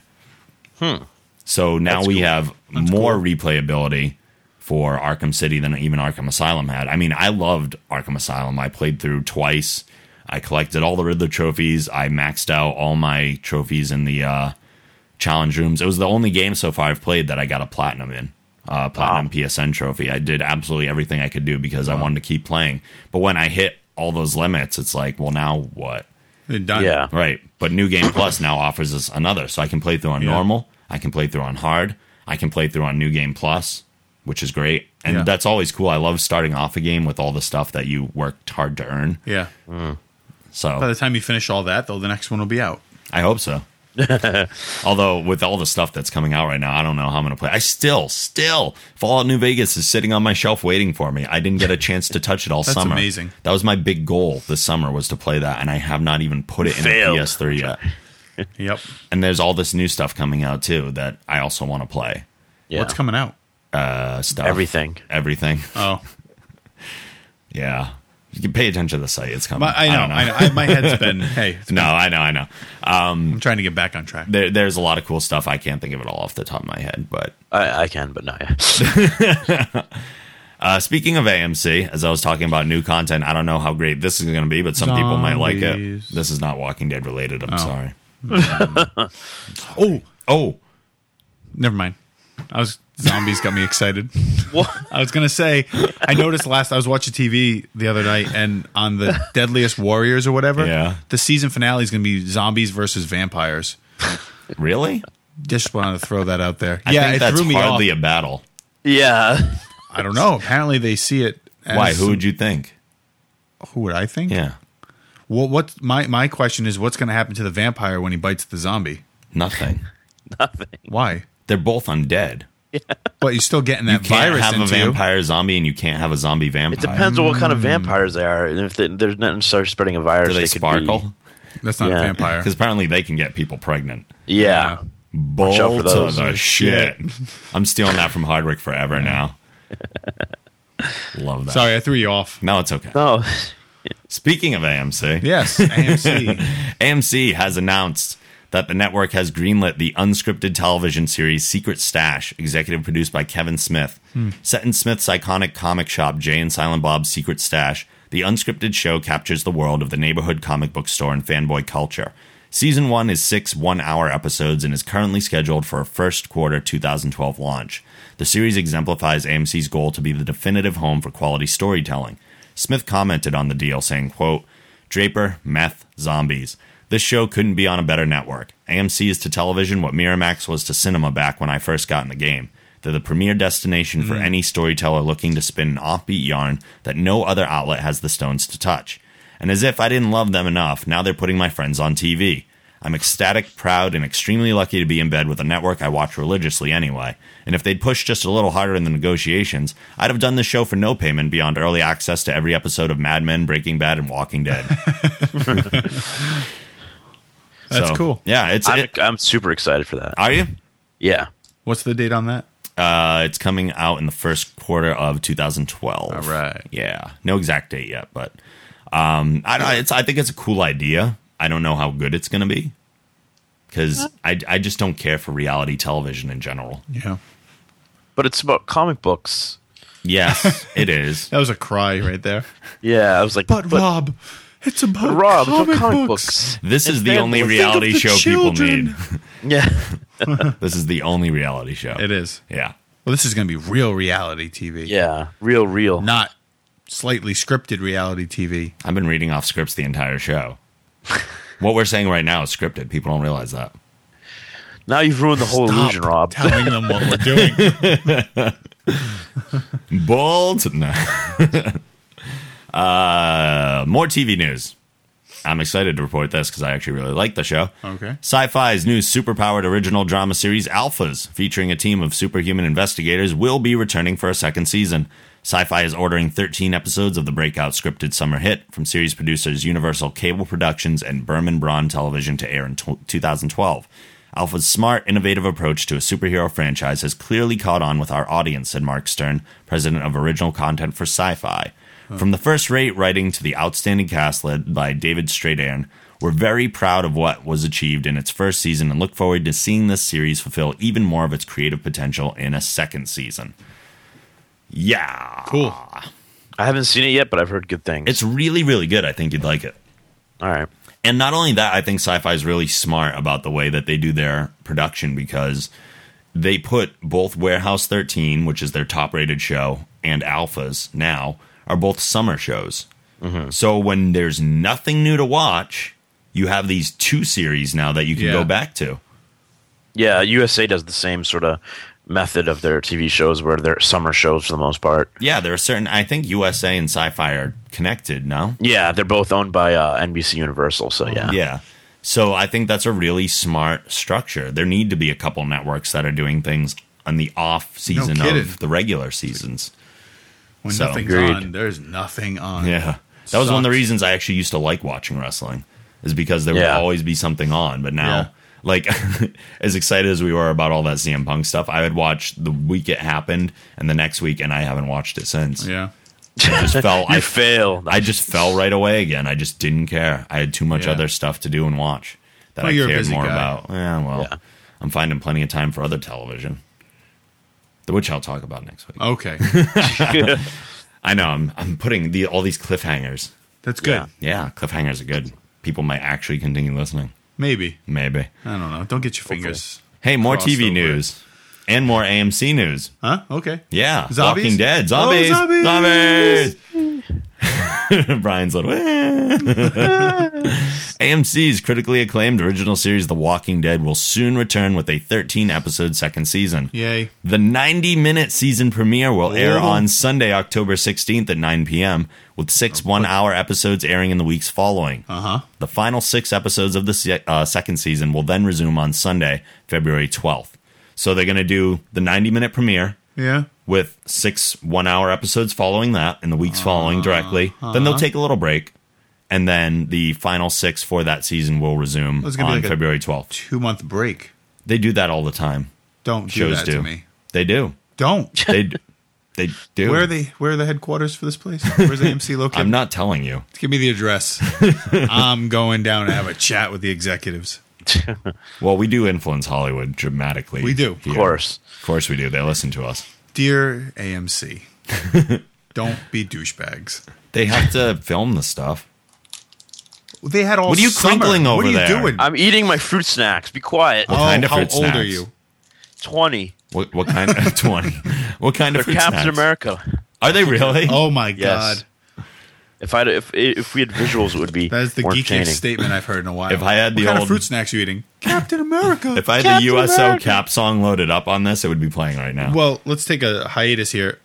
A: Hmm. So now we have more replayability for Arkham City than even Arkham Asylum had. I mean, I loved Arkham Asylum. I played through twice. I collected all the Riddler trophies. I maxed out all my trophies in the uh, challenge rooms. It was the only game so far I've played that I got a platinum in, uh, platinum PSN trophy. I did absolutely everything I could do because I wanted to keep playing. But when I hit all those limits, it's like, well, now what?
B: They're done.
C: Yeah.
A: Right. But New Game Plus now offers us another. So I can play through on
B: Yeah.
A: normal, I can play through on hard, I can play through on New Game Plus, which is great. And
B: Yeah.
A: that's always cool. I love starting off a game with all the stuff that you worked hard to earn.
B: Yeah. By
A: So
B: the time you finish all that, though, the next one will be out.
A: I hope
B: [LAUGHS]
A: so. Although with all the stuff that's coming out right now, I don't know how I'm going to play. I still, still Fallout New Vegas is sitting on my shelf waiting for me. I didn't get a chance to touch it all
B: [LAUGHS] That's
A: summer.
B: amazing.
A: That was my big goal this summer was to play that, and I have not even put it in
C: Failed.
A: a PS3 yet.
B: Yep.
A: And there's all this new stuff coming out too that I also want to play.
C: yeah.
B: What's coming out?
A: Uh, stuff.
C: Everything.
A: Everything.
B: Oh,
A: Yeah. You can pay attention to the site. It's coming.
B: my, I know.
A: don't
B: I know. I my head's been. [LAUGHS] Hey,
A: [LAUGHS]
B: it's-
A: No, I know. I know.
B: I'm trying to get back on track.
A: There, there's a lot of cool stuff. I can't think of it all off the top of my head, but
C: I, I can, but no. Yeah.
A: Uh, speaking of AMC, as I was talking about new content, I don't know how great this is going to be, but some people might like it.
B: Zombies.
A: This is not Walking Dead related. I'm sorry.
B: Oh,
A: Oh,
B: never mind. I was zombies got me excited.
C: [LAUGHS] What?
B: I was gonna say, I noticed last I was watching TV the other night, and on the Deadliest Warriors or whatever,
A: Yeah.
B: the season finale is gonna be zombies versus vampires.
A: really?
B: Just wanted to throw that out there.
A: I
B: yeah,
A: think
B: it
A: that's
B: threw me
A: hardly
B: off.
A: a battle.
C: yeah.
B: I don't know. Apparently, they see it. As,
A: Why? Who would you think?
B: Who would I think?
A: Yeah,
B: Well, what my my question is, what's gonna happen to the vampire when he bites the zombie?
A: nothing.
B: Why?
A: They're both undead.
B: But you're still getting that
A: You can't
B: virus
A: have
B: into
A: a
B: you.
A: vampire zombie, and you can't have a zombie vampire.
C: It depends on what kind of vampires they are. And if they, they're not necessarily spreading a virus,
A: Do they,
C: could be-
A: sparkle?
B: That's not
C: Yeah.
B: a vampire.
A: Because apparently they can get people pregnant.
C: yeah.
A: Bull
C: out for
A: to
C: those.
A: the shit. I'm stealing that from Hardwick forever
B: [LAUGHS]
A: now. Love that.
B: Sorry, I threw you off.
A: No, it's okay.
C: No. [LAUGHS]
A: Speaking of AMC, [LAUGHS]
B: Yes, AMC.
A: AMC has announced that the network has greenlit the unscripted television series Secret Stash, executive produced by Kevin Smith. Set in Smith's iconic comic shop, Jay and Silent Bob's Secret Stash, the unscripted show captures the world of the neighborhood comic book store and fanboy culture. Season 1 is six one hour episodes and is currently scheduled for a first quarter 2012 launch. The series exemplifies AMC's goal to be the definitive home for quality storytelling. Smith commented on the deal, saying, quote, Draper, meth, zombies. This show couldn't be on a better network. AMC is to television what Miramax was to cinema back when I first got in the game. They're the premier destination for any storyteller looking to spin an offbeat yarn that no other outlet has the stones to touch. And as if I didn't love them enough, now they're putting my friends on TV. I'm ecstatic, proud, and extremely lucky to be in bed with a network I watch religiously anyway. And if they'd pushed just a little harder in the negotiations, I'd have done this show for no payment beyond early access to every episode of Mad Men, Breaking Bad, and Walking Dead.
B: That's
A: So,
B: cool.
A: Yeah, it's
C: I'm,
A: it-
C: I'm super excited for that.
A: are you?
C: Yeah.
B: What's the date on that?
A: Uh, it's coming out in the first quarter of 2012.
B: All right.
A: Yeah. No exact date yet, but um, I don't. It's I think it's a cool idea. I don't know how good it's going to be because I I just don't care for reality television in general.
B: Yeah.
C: But it's about comic books.
A: Yes, it is.
B: That was a cry right there.
C: Yeah, I was like,
B: But, Rob, it's about
C: Rob, it's about
B: comic,
C: comic
B: books.
C: books.
A: This is the only
C: family.
B: Think of
A: reality
B: the
A: show people
B: children.
A: need.
C: Yeah.
A: [LAUGHS] This is the only reality show.
B: It is.
A: Yeah.
B: Well, this is going to be real reality TV.
C: Yeah. Real, real.
B: Not slightly scripted reality TV.
A: I've been reading off scripts the entire
B: [LAUGHS]
A: show. what we're saying right now is scripted. People don't realize that.
C: Now you've ruined the whole illusion,
B: Stop
C: Rob.
B: Telling them what we're doing.
A: Bold. No. uh, more TV news. I'm excited to report this because I actually really like the show.
B: Okay.
A: Sci Fi's new superpowered original drama series, Alphas, featuring a team of superhuman investigators, will be returning for a second season. Sci Fi is ordering 13 episodes of the breakout scripted summer hit from series producers Universal Cable Productions and Berman Braun Television to air in tw 2012. Alpha's smart, innovative approach to a superhero franchise has clearly caught on with our audience, said Mark Stern, president of original content for Sci Fi. From the first rate writing to the outstanding cast led by David Stradan, we're very proud of what was achieved in its first season and look forward to seeing this series fulfill even more of its creative potential in a second season. Yeah.
B: Cool.
C: I haven't seen it yet, but I've heard good things.
A: It's really, really good. I think you'd like it.
C: All right.
A: And not only that, I think sci fi is really smart about the way that they do their production because they put both Warehouse 13, which is their top rated show, and Alphas now are both summer shows. So when there's nothing new to watch, you have these two series now that you can
B: Yeah.
A: go back to.
C: Yeah, USA does the same sort of method of their TV shows where they're summer shows for the most part.
A: Yeah, there are certain, I think USA and sci fi are connected now.
C: Yeah, they're both owned by uh, NBC Universal, so yeah.
A: [LAUGHS] Yeah. So I think that's a really smart structure. There need to be a couple networks that are doing things on the off season
B: kidding.
A: of the regular seasons.
B: When
A: So-
B: nothing's
C: Agreed.
B: on, there's nothing on.
A: Yeah. That was one of the
B: Sucks.
A: reasons I actually used to like watching wrestling is because there
C: Yeah.
A: would always be something on, but now
B: Yeah.
A: like [LAUGHS] as excited as we were about all that CM Punk stuff, I would watch the week it happened and the next week and I haven't watched it since.
B: Yeah.
A: I just
C: [LAUGHS]
A: felt
C: I
A: I,
C: fail.
A: I
C: [LAUGHS]
A: just fell right away again. I just didn't care. I had too much
B: Yeah.
A: other stuff to do and watch that
B: Well,
A: I
B: you're a
A: cared
B: busy
A: more
B: guy.
A: about. Yeah, well,
C: Yeah.
A: I'm finding plenty of time for other television, the which I'll talk about next week.
B: Okay.
A: I know I'm I'm putting the, all these cliffhangers.
B: That's good.
C: Yeah.
A: Yeah, cliffhangers are good. People might actually continue listening.
B: Maybe.
A: Maybe.
B: I don't know. Don't get your fingers.
A: Hey, more
B: Crossed
A: TV
B: over.
A: news and more AMC news.
B: Huh? Okay.
A: Yeah,
B: Zombies?
A: Walking Dead,
B: Oh,
A: zombies,
B: zombies!
A: zombies. [LAUGHS] Brian's little. AMC's critically acclaimed original series, The Walking Dead, will soon return with a 13-episode second season.
B: Yay.
A: The 90-minute season premiere will air
B: Ooh.
A: on Sunday, October 16th at 9 p.m., with
B: Oh,
A: six one-hour episodes airing in the weeks following.
B: Uh huh.
A: The final six episodes of the se- uh, second season will then resume on Sunday, February 12th. So they're going to do the 90 minute premiere
B: Yeah.
A: with six one hour episodes following that in the weeks
B: Uh-huh.
A: following directly. Then they'll take a little break. And then the final six for that season will resume
B: That's
A: on
B: gonna be like a-
A: February 12th.
B: Two month break.
A: They do that all the time.
B: Don't do
A: Shows
B: that
A: do.
B: to me.
A: They do.
B: Don't.
A: They, d- they do.
B: Where are they? Where are the headquarters for
A: [LAUGHS]
B: this place? Where's AMC located?
A: I'm not telling you.
B: Give me
A: [LAUGHS]
B: the address. I'm going down to have a chat with the executives.
A: Well, we do influence Hollywood dramatically.
B: We do. Of
A: here.
C: Of course.
A: Of course we do. They listen to us.
B: Dear
A: [LAUGHS]
B: AMC, don't be douchebags.
A: [LAUGHS] They have to film the stuff.
B: They had all.
A: What are you
B: summer.
A: crinkling
B: What
A: over
B: are you
A: there?
B: doing?
C: I'm eating my fruit snacks. Be quiet.
B: oh,
A: kind of
B: how
A: fruit
B: old are
A: snacks?
B: you?
C: Twenty.
A: What, what kind of [LAUGHS] 20? What kind
C: They're
A: of fruit
C: Captain
A: snacks?
C: America.
A: Are they really?
B: Oh my
C: Yes.
B: god,
C: If I if if we had visuals, it would be
B: that is the
C: more
B: geekiest
C: entertaining.
B: statement I've heard in a while.
A: If I had
B: What
A: the
B: kind of
A: old-
B: fruit snacks you eating, Captain America.
A: If I had the
C: Captain
A: USO
C: America.
A: cap song loaded up on this, it would be playing right now.
B: well, let's take a hiatus here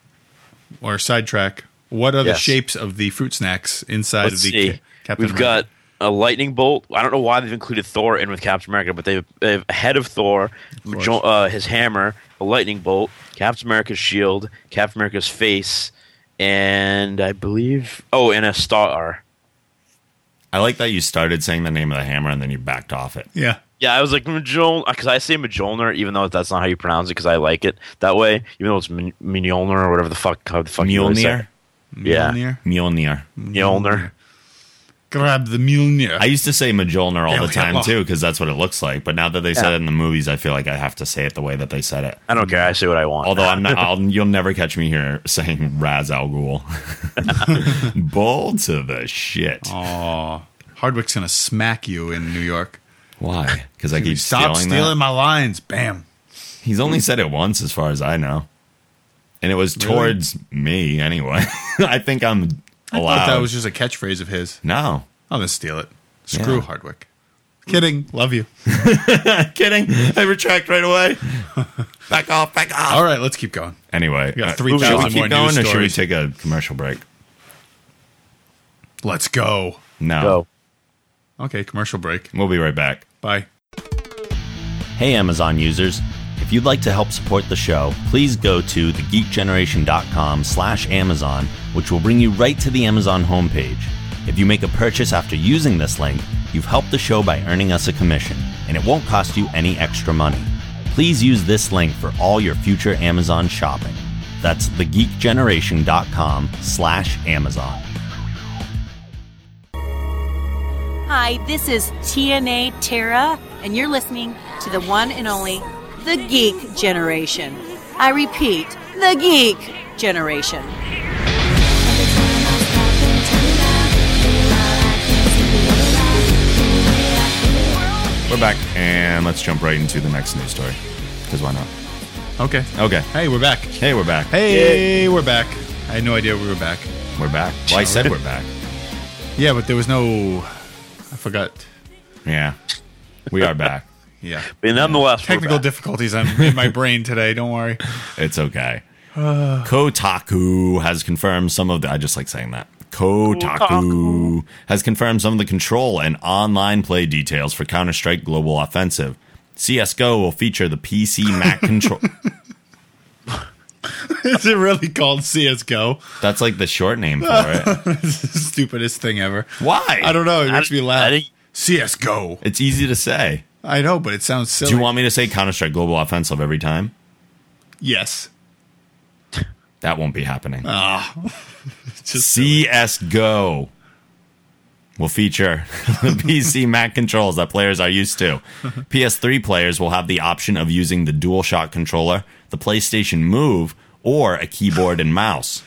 B: or sidetrack. What are the
C: Yes.
B: shapes of the fruit snacks inside
C: Let's
B: of the
C: see.
B: ca- Captain?
C: We've got a lightning bolt. I don't know why they've included Thor in with Captain America, but they've, they've ahead of Thor, jo- uh, his hammer, a lightning bolt, Captain America's shield, Captain America's face, and I believe oh, and a star.
A: I like that you started saying the name of the hammer and then you backed off it.
B: yeah.
C: Yeah, I was like Mjolnir because I say Mjolnir even though that's not how you pronounce it because I like it that way. Even though it's M- Mjolnir or whatever the fuck, how the fuck you really say it.
A: Mjolnir?
C: Yeah,
B: Mjolnir.
A: Mjolnir.
C: Mjolnir.
B: Grab the Mjolnir.
A: I used to say Majolner all
B: Yeah,
A: the
B: we
A: time
B: got
A: too, because that's what it looks like. But now that they said it in the movies, I feel like I have to say it the way that they said it.
C: I don't care. I say what I want.
A: Although I'm
B: [LAUGHS]
A: not, I'll, you'll never catch me here saying Raz Al Ghul. Bold to the shit.
B: Aw. Hardwick's gonna smack you in New York.
A: Why? Because I keep
B: Stop
A: stealing,
B: stealing,
A: that?
B: my lines. Bam.
A: He's only said it once, as far as I know, and it was
B: Really?
A: towards me anyway. [LAUGHS] I think I'm
B: I thought
A: allowed.
B: that was just a catchphrase of his.
A: no.
B: I'm gonna steal it. Screw
A: Yeah.
B: Hardwick. Kidding. Love you.
A: [LAUGHS] Kidding. I retract right away. back off. Back off.
B: All right, let's keep going.
A: Anyway,
B: got
A: uh,
B: 3,000
A: should we
B: more
A: keep
B: news
A: going, or should we
B: stories.
A: take a commercial break?
B: Let's go.
A: No.
C: Go.
B: Okay, commercial break.
A: We'll be right back.
B: Bye.
A: Hey, Amazon users. If you'd like to help support the show, please go to thegeekgeneration.com slash Amazon, which will bring you right to the Amazon homepage. If you make a purchase after using this link, you've helped the show by earning us a commission, and it won't cost you any extra money. Please use this link for all your future Amazon shopping. That's thegeekgeneration.com slash Amazon.
D: Hi, this is TNA Tara, and you're listening to the one and only The Geek Generation. I repeat, The Geek Generation.
A: We're back, and let's jump right into the next news story, because why not?
B: Okay.
A: Okay.
B: Hey, we're back.
A: Hey, we're back.
B: Hey, we're back. I had no idea we were back.
A: We're back. Well, I said we're back.
B: Yeah, but there was no. I forgot.
A: Yeah. We are back.
B: Yeah.
C: But nonetheless, we're
B: Technical
C: back.
B: difficulties on, in my brain today. Don't worry. [LAUGHS]
A: It's okay. Kotaku has confirmed some of the. I just like saying that. Kotaku, has confirmed some of the control and online play details for Counter Strike Global Offensive. CSGO will feature the PC Mac control.
B: Is it really called CSGO?
A: That's like the short name for it.
B: [LAUGHS] This is the stupidest thing ever.
A: Why?
B: I don't know. It
C: I
B: makes me
C: don't-
B: laugh.
C: I think-
B: CSGO.
A: It's easy to say.
B: I know, but it sounds silly.
A: Do you want me to say Counter Strike Global Offensive every time?
B: Yes.
A: That won't be happening. [LAUGHS]
B: Just
A: CSGO will feature [LAUGHS] the PC Mac controls that players are used to. PS3 players will have the option of using the DualShock controller, the PlayStation Move, or a keyboard and mouse.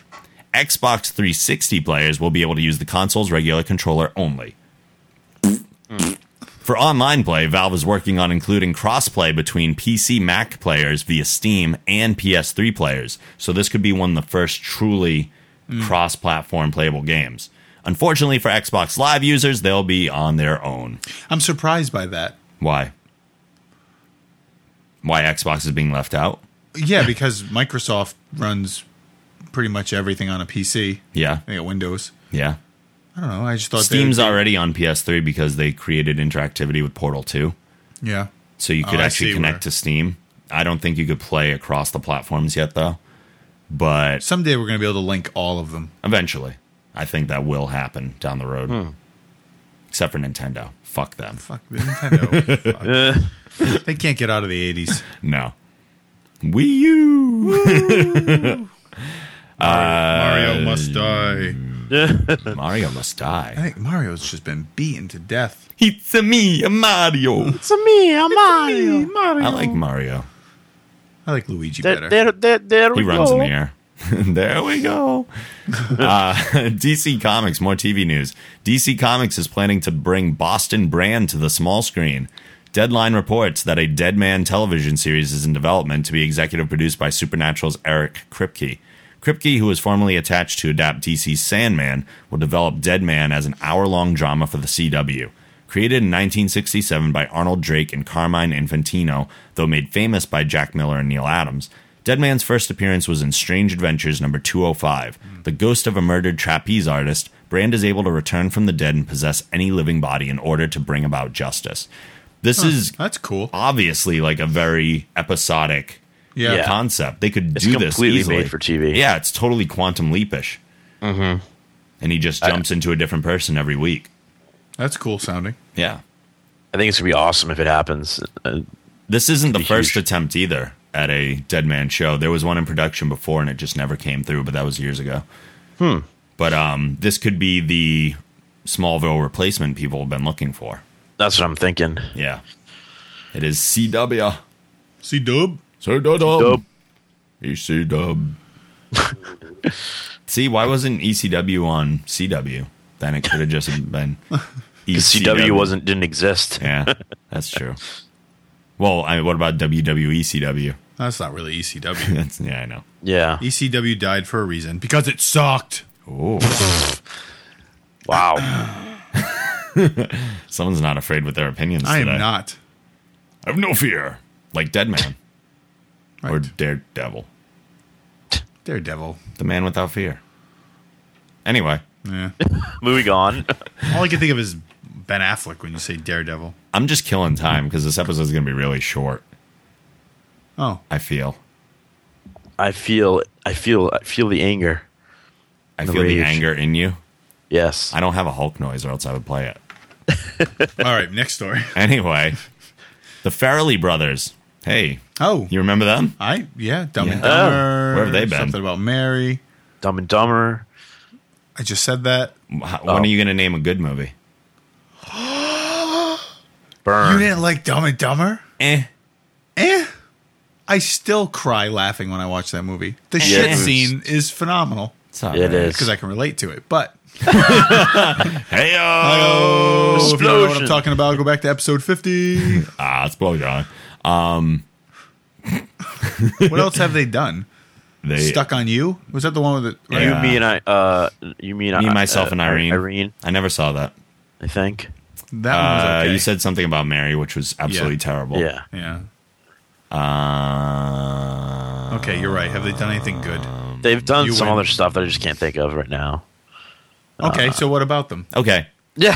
A: Xbox 360 players will be able to use the console's regular controller only. For online play, Valve is working on including crossplay between PC Mac players via Steam and PS3 players. So this could be one of the first truly
B: Mm.
A: cross-platform playable games. Unfortunately for Xbox Live users, they'll be on their own.
B: I'm surprised by that.
A: Why? Why Xbox is being left out?
B: Yeah, because Microsoft runs pretty much everything on a PC.
A: Yeah.
B: They got Windows.
A: Yeah.
B: I don't know. I just thought they-
A: Steam's already on PS3 because they created interactivity with Portal 2.
B: Yeah.
A: so you could
B: Oh, I
A: actually
B: see
A: connect
B: where-
A: to Steam. I don't think you could play across the platforms yet, though. But
B: Someday we're going to be able to link all of them.
A: eventually, I think that will happen down the road. Except for Nintendo, fuck them.
B: Fuck the Nintendo.
A: [LAUGHS]
B: Fuck. They can't get out of the 80s.
A: No, Wii U, Uh,
B: Mario must die.
A: Mario must
B: I
A: die.
B: think Mario's just been beaten to death.
A: It's a me, a Mario.
C: It's a me, I'm Mario.
A: I like Mario.
B: I like Luigi
C: There,
B: better.
C: there, there, there
A: He
C: we
A: runs
C: go.
A: in the air. [LAUGHS] there we go. Uh, [LAUGHS] DC Comics, more TV news. DC Comics is planning to bring Boston Brand to the small screen. Deadline reports that a Dead Man television series is in development to be executive produced by Supernatural's Eric Kripke. Kripke, who was formerly attached to adapt DC's Sandman, will develop Dead Man as an hour long drama for the CW. Created in 1967 by Arnold Drake and Carmine Infantino, though made famous by Jack Miller and Neil Adams, Deadman's first appearance was in Strange Adventures number 205. The ghost of a murdered trapeze artist, Brand is able to return from the dead and possess any living body in order to bring about justice. This is
B: That's cool.
A: obviously like a very episodic
B: Yeah.
C: Yeah.
A: concept. They could
C: It's
A: do this
C: completely
A: easily.
C: made for TV.
A: Yeah, it's totally quantum leapish. Mm-hmm. And he just jumps into a different person every week.
B: That's cool sounding.
A: Yeah,
C: I think it's gonna be awesome if it happens. Uh,
A: this isn't the
C: Be
A: first
C: huge.
A: attempt either at a Dead Man show. There was one in production before, and it just never came through. But that was years ago. Hmm. But um, this could be the Smallville replacement people have been looking for.
C: that's what I'm thinking.
A: Yeah, it is CW.
B: See Dub.
A: CW.
C: Dope. E
A: ECW. [LAUGHS] See, why wasn't ECW on CW? Then it could have just been E
C: CW wasn't didn't exist.
A: [LAUGHS] Yeah, that's true. Well, I mean, what about WWE CW?
B: That's not really E
A: [LAUGHS]
B: ECW.
A: That's, yeah, I know.
C: Yeah.
B: ECW E died for a reason because it sucked.
A: Oh,
B: [CLEARS THROAT]
C: Wow.
A: someone's not afraid with their opinions.
B: I am
A: today.
B: not.
A: I have no fear, like Deadman
B: Right.
A: or Daredevil,
B: Daredevil.
A: the man without fear. Anyway,
B: Yeah.
C: Moving on.
B: All I can think of is Ben Affleck when you say Daredevil.
A: I'm just killing time because this episode's going to be really short.
B: Oh,
A: I feel.
C: I feel. I feel. I feel the anger.
A: I
C: The
A: feel the
C: rage.
A: anger in you.
C: Yes.
A: I don't have a Hulk noise, or else I would play it.
B: all right. Next story. [LAUGHS]
A: Anyway, the Farrelly brothers. Hey,
B: Oh,
A: you remember them?
B: I yeah. Dumb and
A: Yeah.
C: Oh,
B: Dumber.
A: where have they been?
B: Something about Mary.
C: Dumb and Dumber.
B: I just said that.
A: Wh-
C: Oh.
A: When are you going to name a good movie?
B: You
C: Burn.
B: didn't like Dumb and Dumber?
A: Eh.
B: Eh. I still cry laughing when I watch that movie. The
C: it
B: shit
C: was-
B: scene is phenomenal
A: It's all
C: It is.
B: because I can relate to it. But
A: Hey,
B: oh, if you don't know what I'm
C: Explosion.
B: talking about, go back to episode 50.
A: Ah, it's blow dry.
B: what else have they done?
A: They,
B: Stuck on You? Was that the one with the?
A: Yeah.
C: You, me, and I. Uh, you mean
A: Me,
C: I,
A: myself,
C: uh,
A: and Irene.
C: Irene,
A: I never saw that.
C: I think.
B: That one
A: Uh,
B: was okay.
A: You said something about Mary, which was absolutely
B: Yeah.
A: terrible.
C: Yeah.
B: yeah.
A: Uh,
B: Okay, you're right. Have they done anything good?
C: They've done
B: um, you
C: some
B: win.
C: other stuff that I just can't think of right now.
A: Uh,
B: Okay, so what about them?
A: Okay.
C: [LAUGHS] Yeah.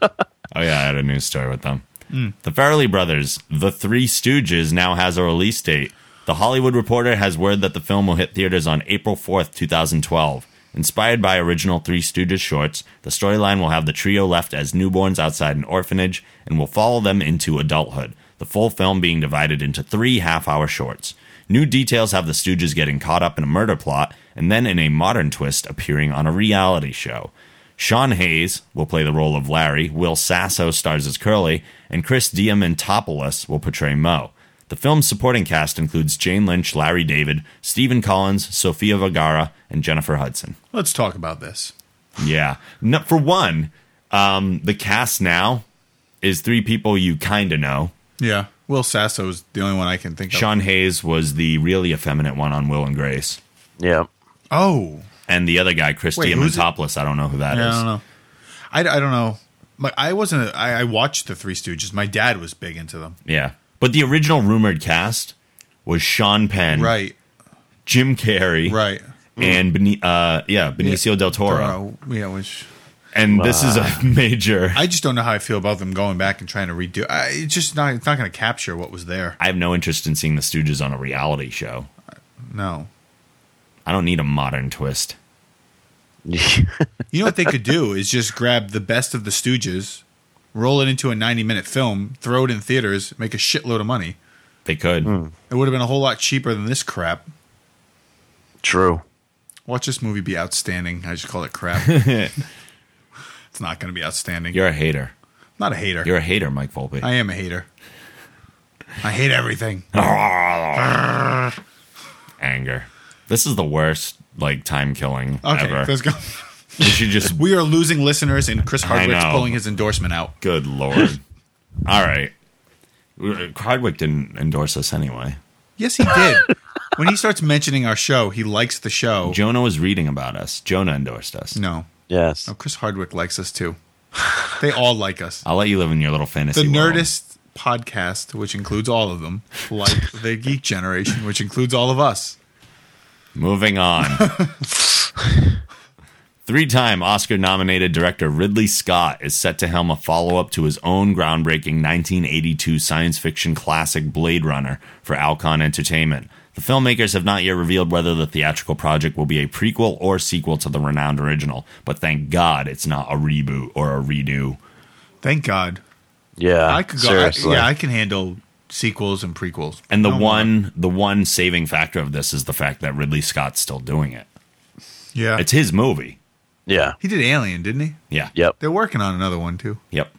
A: Oh yeah, I had a news story with them. The Farrelly brothers, The Three Stooges, now has a release date. The Hollywood Reporter has word that the film will hit theaters on April 4th, 2012. Inspired by original Three Stooges shorts, the storyline will have the trio left as newborns outside an orphanage and will follow them into adulthood, the full film being divided into three half hour shorts. New details have the Stooges getting caught up in a murder plot and then in a modern twist appearing on a reality show. Sean Hayes will play the role of Larry, Will Sasso stars as Curly, and Chris Diamantopoulos will portray Mo. The film's supporting cast includes Jane Lynch, Larry David, Stephen Collins, Sofia Vergara, and Jennifer Hudson.
B: Let's talk about this.
A: Yeah. No, for one, um, the cast now is three people you kind of know.
B: Yeah. Will Sasso's the only one I can think of.
A: Sean Hayes was the really effeminate one on Will and Grace.
C: yeah. [LAUGHS]
B: Oh,
A: And the other guy, Chris
B: Wait, who's it?
A: Diamantopoulos, I don't know who that is.
B: yeah, I don't know. I, I don't know. Like I wasn't. A, I, I watched the Three Stooges. My dad was big into them.
A: Yeah. But the original rumored cast was Sean Penn,
B: Right.
A: Jim Carrey,
B: Right.
A: and Beni- uh, yeah, Benicio del Toro.
B: Toro, yeah, which
A: And this is a [LAUGHS] major. I,
B: I just don't know how I feel about them going back and trying to redo. I, it's just not. It's not going to capture what was there.
A: have no interest in seeing the Stooges on a reality show.
B: No.
A: I don't need a modern twist.
B: You know what they could do is just grab the best of the Stooges, roll it into a ninety-minute film, throw it in theaters, make a shitload of money.
A: They could.
B: It would have been a whole lot cheaper than this crap.
C: True.
B: Watch this movie be outstanding. I just call
A: [LAUGHS]
B: it crap. it's not going to be outstanding.
A: You're a hater.
B: not a hater.
A: You're a hater, Mike Volpe.
B: I am a hater.
A: [LAUGHS]
B: I hate everything.
A: Anger. This is the worst like time killing
B: Okay,
A: ever.
B: let's go.
A: We should just [LAUGHS]
B: We are losing listeners, and Chris Hardwick's
A: know.
B: pulling his endorsement out.
A: good lord. All right, We- uh, Hardwick didn't endorse us anyway.
B: Yes, he
A: [LAUGHS]
B: did. when he starts mentioning our show, he likes the show.
A: Jonah was reading about us. Jonah endorsed us.
B: no,
C: Yes.
B: no, Chris Hardwick likes us too. They all like us.
A: I'll let you live in your little
B: The
A: fantasy. world.
B: Nerdist podcast, which includes all of them,
A: [LAUGHS]
B: like the Geek Generation, which includes all of us.
A: Moving
B: [LAUGHS]
A: on. Three time Oscar nominated director Ridley Scott is set to helm a follow up to his own groundbreaking 1982 science fiction classic Blade Runner for Alcon Entertainment. The filmmakers have not yet revealed whether the theatrical project will be a prequel or sequel to the renowned original, but thank God it's not a reboot or a redo.
B: Thank God.
A: Uh,
C: Yeah.
B: I could go. I,
C: Seriously.
B: yeah, I can handle sequels and prequels.
A: And the
B: No
A: one,
B: more.
A: the one saving factor of this is the fact that Ridley Scott's still doing it.
B: yeah,
A: It's his movie.
C: yeah.
B: he did Alien, didn't he?
A: Yeah.
C: Yep.
B: They're working on another one too.
A: Yep.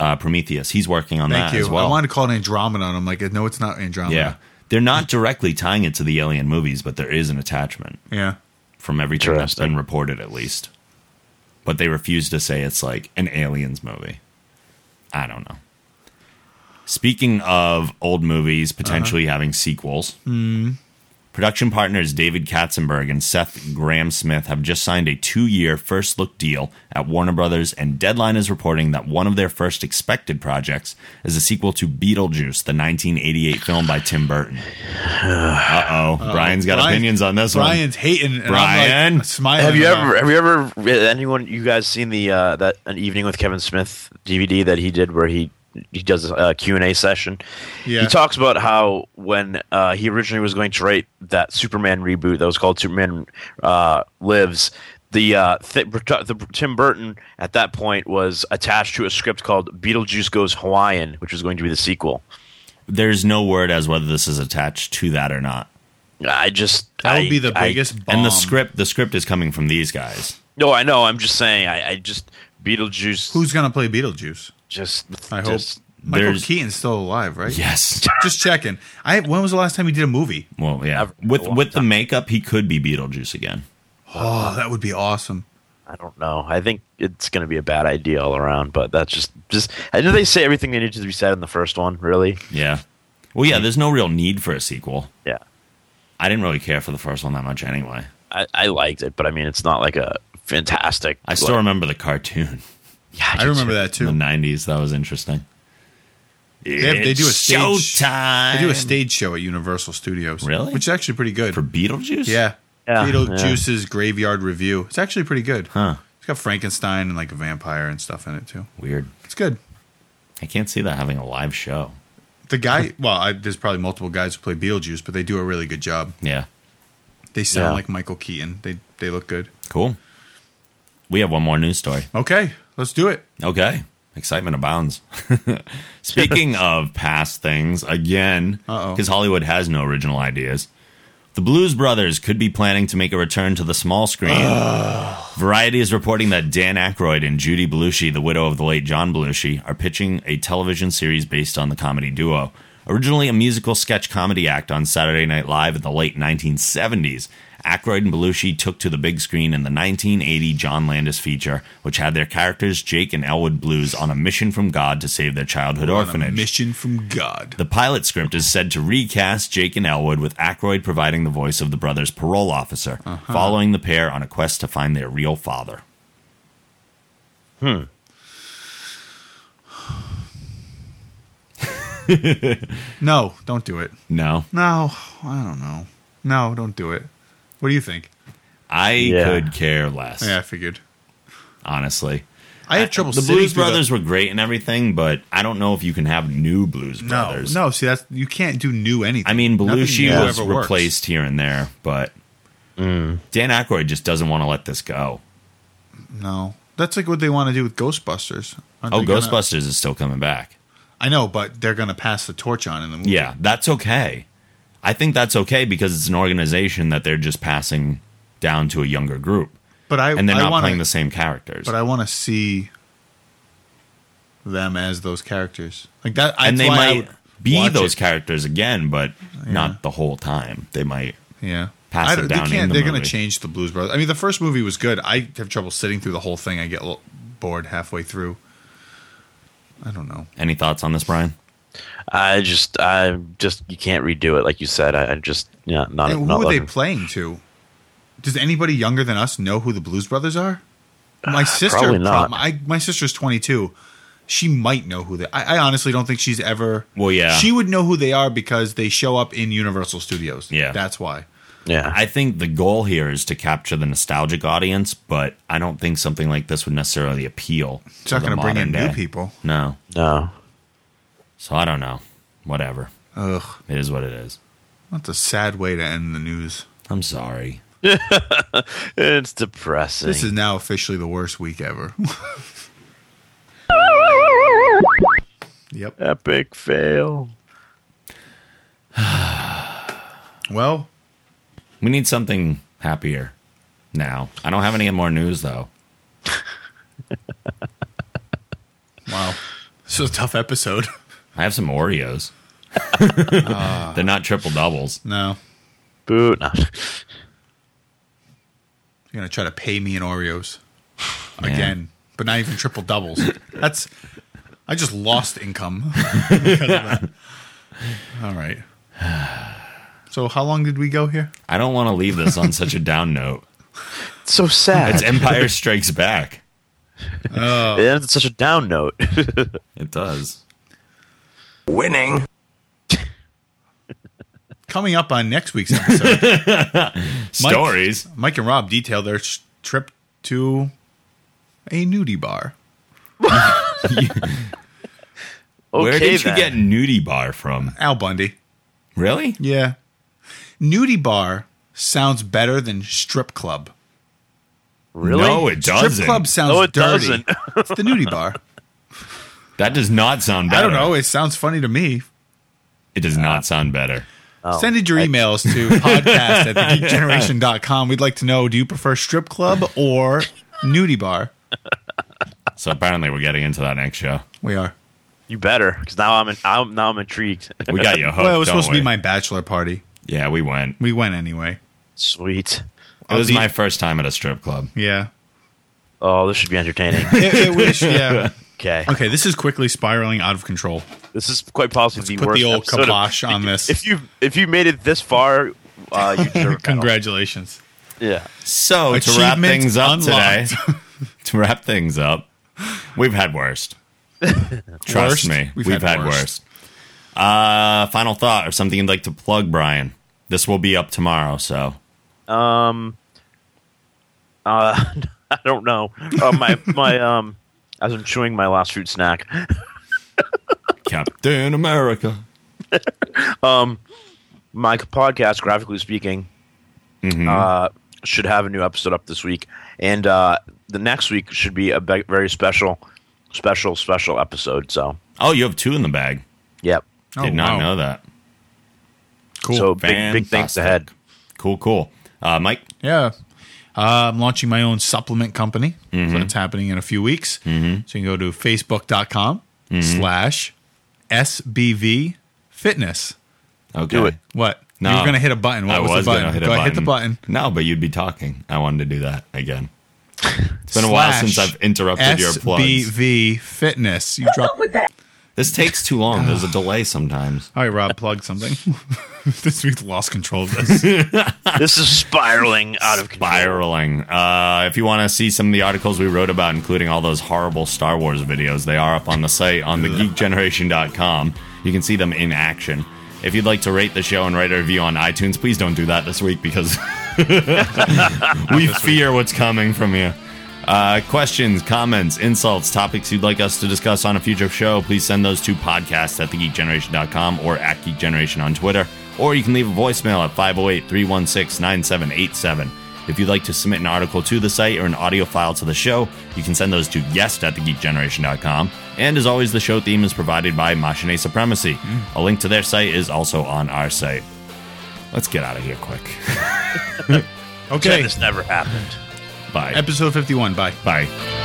A: Uh, Prometheus. He's working on
B: Thank
A: that
B: you.
A: as well.
B: I wanted to call it Andromeda, and I'm like, no, it's not Andromeda.
A: yeah. They're not directly tying it to the alien movies, but there is an attachment
B: yeah.
A: from everything that's been
C: Interesting.
A: reported, at least. But they refuse to say it's like an aliens movie. I don't know. Speaking of old movies potentially
B: Uh-huh.
A: having sequels, Production partners David Katzenberg and Seth Graham Smith have just signed a two year first look deal at Warner Brothers, and Deadline is reporting that one of their first expected projects is a sequel to Beetlejuice, the 1988 film by Tim
B: [SIGHS]
A: Burton. Uh oh. Brian's got
B: Brian-
A: opinions on this one.
B: Brian's hating. And Brian, I'm
A: Brian?
B: like smiling.
C: Have you
B: about-
C: ever? Have you ever? uh, Anyone? You guys seen the uh, that an evening with Kevin Smith DVD that he did where he he does a Q and A session.
B: Yeah.
C: He talks about how when uh, he originally was going to write that Superman reboot that was called Superman uh, Lives. The, uh, th- the Tim Burton at that point was attached to a script called Beetlejuice Goes Hawaiian, which was going to be the sequel.
A: There's no word as whether this is attached to that or not.
C: I just
B: That would
C: I-
B: be the
C: I-
B: biggest bomb.
A: And the script the script is coming from these guys.
C: No, I know. I'm just saying. I, I just Beetlejuice.
B: Who's gonna play Beetlejuice?
C: just?
B: I hope
C: just,
B: Michael
A: there's-
B: Keaton's still alive, right?
A: Yes.
B: [LAUGHS] Just checking. I when was the last time he did a movie?
A: Well, yeah.
C: Ever-
A: With
C: a long
A: with the makeup, he could be Beetlejuice again.
B: Oh, that would be awesome.
C: I don't know. I think it's going to be a bad idea all around. But that's just just. I know they say everything they needed to be said in the first one. Really?
A: Yeah. Well, yeah, there's no real need for a sequel.
C: Yeah.
A: I didn't really care for the first one that much anyway.
C: I, I liked it, but I mean, it's not like a fantastic.
A: I still remember the cartoon
C: Yeah,
B: I remember that
A: in the
B: too.
A: 90s. That was interesting.
B: have- they do a
A: It's
B: stage-
A: showtime.
B: They do a stage show at Universal Studios,
A: Really?
B: which is actually pretty good.
A: for Beetlejuice?
B: yeah.
C: Yeah,
B: Beetlejuice's Graveyard Review. It's actually pretty good.
A: Huh.
B: It's got Frankenstein and like a vampire and stuff in it too.
A: Weird.
B: It's good.
A: I can't see that having a live show.
B: The guy, well, I, there's probably multiple guys who play Beetlejuice, but they do a really good job.
A: Yeah.
B: They sound
C: Yeah.
B: like Michael Keaton. They they look good.
A: Cool. We have one more news story.
B: Okay, let's do it.
A: Okay. Excitement abounds. [LAUGHS] Speaking of past things, again,
B: Uh-oh.
A: because Hollywood has no original ideas, the Blues Brothers could be planning to make a return to the small screen. [GASPS] Variety is reporting that Dan Aykroyd and Judy Belushi, the widow of the late John Belushi, are pitching a television series based on the comedy duo. Originally a musical sketch comedy act on Saturday Night Live in the late 1970s, Aykroyd and Belushi took to the big screen in the 1980 John Landis feature, which had their characters Jake and Elwood Blues on a mission from God to save their childhood
B: On a
A: orphanage.
B: mission from God.
A: The pilot script is said to recast Jake and Elwood, with Aykroyd providing the voice of the brother's parole officer,
B: Uh-huh.
A: following the pair on a quest to find their real father.
B: No, don't do it.
A: No,
B: No, I don't know. No, don't do it. What do you think?
A: I
C: Yeah.
A: could care less,
B: Yeah, I figured.
A: honestly.
B: I have trouble.
A: The
B: sitting
A: Blues
B: through the-
A: Brothers were great and everything, but I don't know if you can have new Blues
B: no,
A: Brothers.
B: no. See, that's you can't do new anything.
A: I mean,
B: Nothing
A: Belushi
B: new
A: was
B: ever works.
A: replaced here and there, but Dan Aykroyd just doesn't want to let this go.
B: No, that's like what they want to do with Ghostbusters. Aren't
A: Oh,
B: they gonna-
A: Ghostbusters is still coming back.
B: I know, but they're gonna pass the torch on in the movie.
A: Yeah, that's okay. I think that's okay because it's an organization that they're just passing down to a younger group,
B: but I
A: and they're
B: I
A: not
B: wanna,
A: playing the same characters.
B: But I want to see them as those characters. Like that,
A: and
B: that's
A: they
B: why I
A: might
B: would
A: be
B: watch
A: those
B: it.
A: characters again, but not the whole time. They might
B: Yeah,
A: pass
B: I
A: it
B: don't, they
A: down. in
B: can't.
A: the
B: they're going to
A: movie.
B: change the Blues Brothers. I mean, the first movie was good. I have trouble sitting through the whole thing. I get l- bored halfway through. I don't know.
A: Any thoughts on this, Brian?
C: I just, I just, you can't redo it, like you said. I, I just, yeah, not,
B: And who
C: not
B: are they
C: looking.
B: playing to? Does anybody younger than us know who the Blues Brothers are? My
A: Uh,
B: sister,
C: probably not.
B: prob- I, my sister's twenty two. She might know who they. I, I honestly don't think she's ever.
A: Well, yeah.
B: she would know who they are because they show up in Universal Studios.
A: Yeah.
B: that's why.
C: yeah,
A: I think the goal here is to capture the nostalgic audience, but I don't think something like this would necessarily appeal.
B: It's not going to bring in new people.
A: No.
C: no.
A: So I don't know. Whatever.
B: Ugh,
A: It is what it is.
B: that's a sad way to end the news.
A: I'm sorry.
C: It's depressing.
B: This is now officially the worst week ever. yep.
C: epic fail.
B: Well,
A: We need something happier now. I don't have any more news though.
B: wow. This is a tough episode.
A: I have some
B: [LAUGHS]
A: Oreos. [LAUGHS] They're not triple doubles.
B: No.
C: Boot. No.
B: You're gonna try to pay me in Oreos again, but not even triple doubles. That's I just lost income. [LAUGHS] because of that. All right. So how long did we go here?
A: I don't want to leave this on such a down [LAUGHS] note.
C: It's so
A: It's
C: sad.
A: Empire Strikes Back.
C: It ends on such a down note. [LAUGHS]
A: It does.
B: Coming up on next week's [LAUGHS] episode, Mike-
A: Stories.
B: Mike and Rob detail their sh- trip to a nudie bar.
C: okay,
A: Where did you
C: then.
A: get nudie bar from?
B: Al Bundy.
A: Really?
B: Yeah. Nudie bar sounds better than strip club.
C: really?
A: No, it doesn't.
B: Strip club sounds
C: No, it
B: dirty.
C: doesn't.
B: [LAUGHS] it's the nudie bar.
A: That does not sound
B: I
A: better.
B: don't know. It sounds funny to me.
A: It does not sound better.
C: Oh,
B: Send in your emails to podcast at thegeekgeneration.com. We'd like to know do you prefer strip club or nudie bar?
A: So apparently we're getting into that next show.
B: We are.
C: you better, because now I'm, in, I'm now I'm intrigued.
A: We got you hooked.
B: well, it was
A: don't
B: supposed to
A: we?
B: be my bachelor party.
A: Yeah, we went.
B: We went anyway.
C: [LAUGHS] Sweet.
A: It was
B: the-
A: my first time at a strip club.
B: Yeah.
C: Oh, this should be entertaining.
B: It, it was, yeah.
C: Okay,
B: Okay, this is quickly spiraling out of control.
C: this is quite possibly the
B: Put
C: worst
B: the old
C: episode of-
B: kibosh on this.
C: if you if you made it this far, uh, you deserve Congrats.
B: Congratulations.
C: Yeah. [LAUGHS]
A: So to wrap
B: Achievement
A: things up
B: unlocked. [LAUGHS]
A: today, to wrap things up, we've had worst. Trust
B: Worst?
A: me, we've,
B: We've
A: had,
B: had
A: worst.
B: worst.
A: Uh, final thought or something you'd like to plug, Brian. This will be up tomorrow, so
C: Uh, I don't know. Uh, my my um, as I'm chewing my last fruit snack.
A: Captain America.
C: my podcast, graphically speaking, uh, should have a new episode up this week, and uh, the next week should be a be- very special, special, special episode. So,
A: Oh, you have two in the bag.
C: yep.
B: Oh,
A: Did not
B: wow.
A: know that.
B: Cool.
C: so big, big things
A: Fantastic.
C: ahead.
A: Cool, cool. Uh, Mike,
B: Yeah. Uh, I'm launching my own supplement company. So that's happening in a few weeks.
A: Mm-hmm.
B: So you can go to facebook.com slash SBV fitness.
A: okay.
C: Do it.
B: What?
A: No.
B: You were going to hit a button. What
A: I
B: was,
A: was
B: the button?
A: gonna hit a
B: go
A: button.
B: ahead, hit the button.
A: No, but you'd be talking. I wanted to do that again. It's been a while
B: Slash
A: since I've interrupted your plugs.
B: SBV fitness. You dropped.
A: This takes too long.
B: [SIGHS]
A: There's a delay sometimes.
B: All right, Rob, plug something. [LAUGHS] this we've lost control of this.
A: [LAUGHS]
C: this is spiraling out of control.
A: Spiraling. Uh, if you want to see some of the articles we wrote about, including all those horrible Star Wars videos, they are up on the site on thegeekgeneration.com. You can see them in action. If you'd like to rate the show and write a review on iTunes, please don't do that this week
B: [LAUGHS]
A: because [LAUGHS] we fear what's coming from you. Uh, questions, comments, insults, topics you'd like us to discuss on a future show, please send those to podcast at thegeekgeneration.com or at geekgeneration on Twitter. Or you can leave a voicemail at 508 316 9787. If you'd like to submit an article to the site or an audio file to the show, you can send those to guest at thegeekgeneration.com. And as always, the show theme is provided by Machine Supremacy. A link to their site is also on our site. Let's get out of here quick.
B: Okay.
C: This never happened.
A: Bye.
B: Episode 51. Bye.
A: Bye.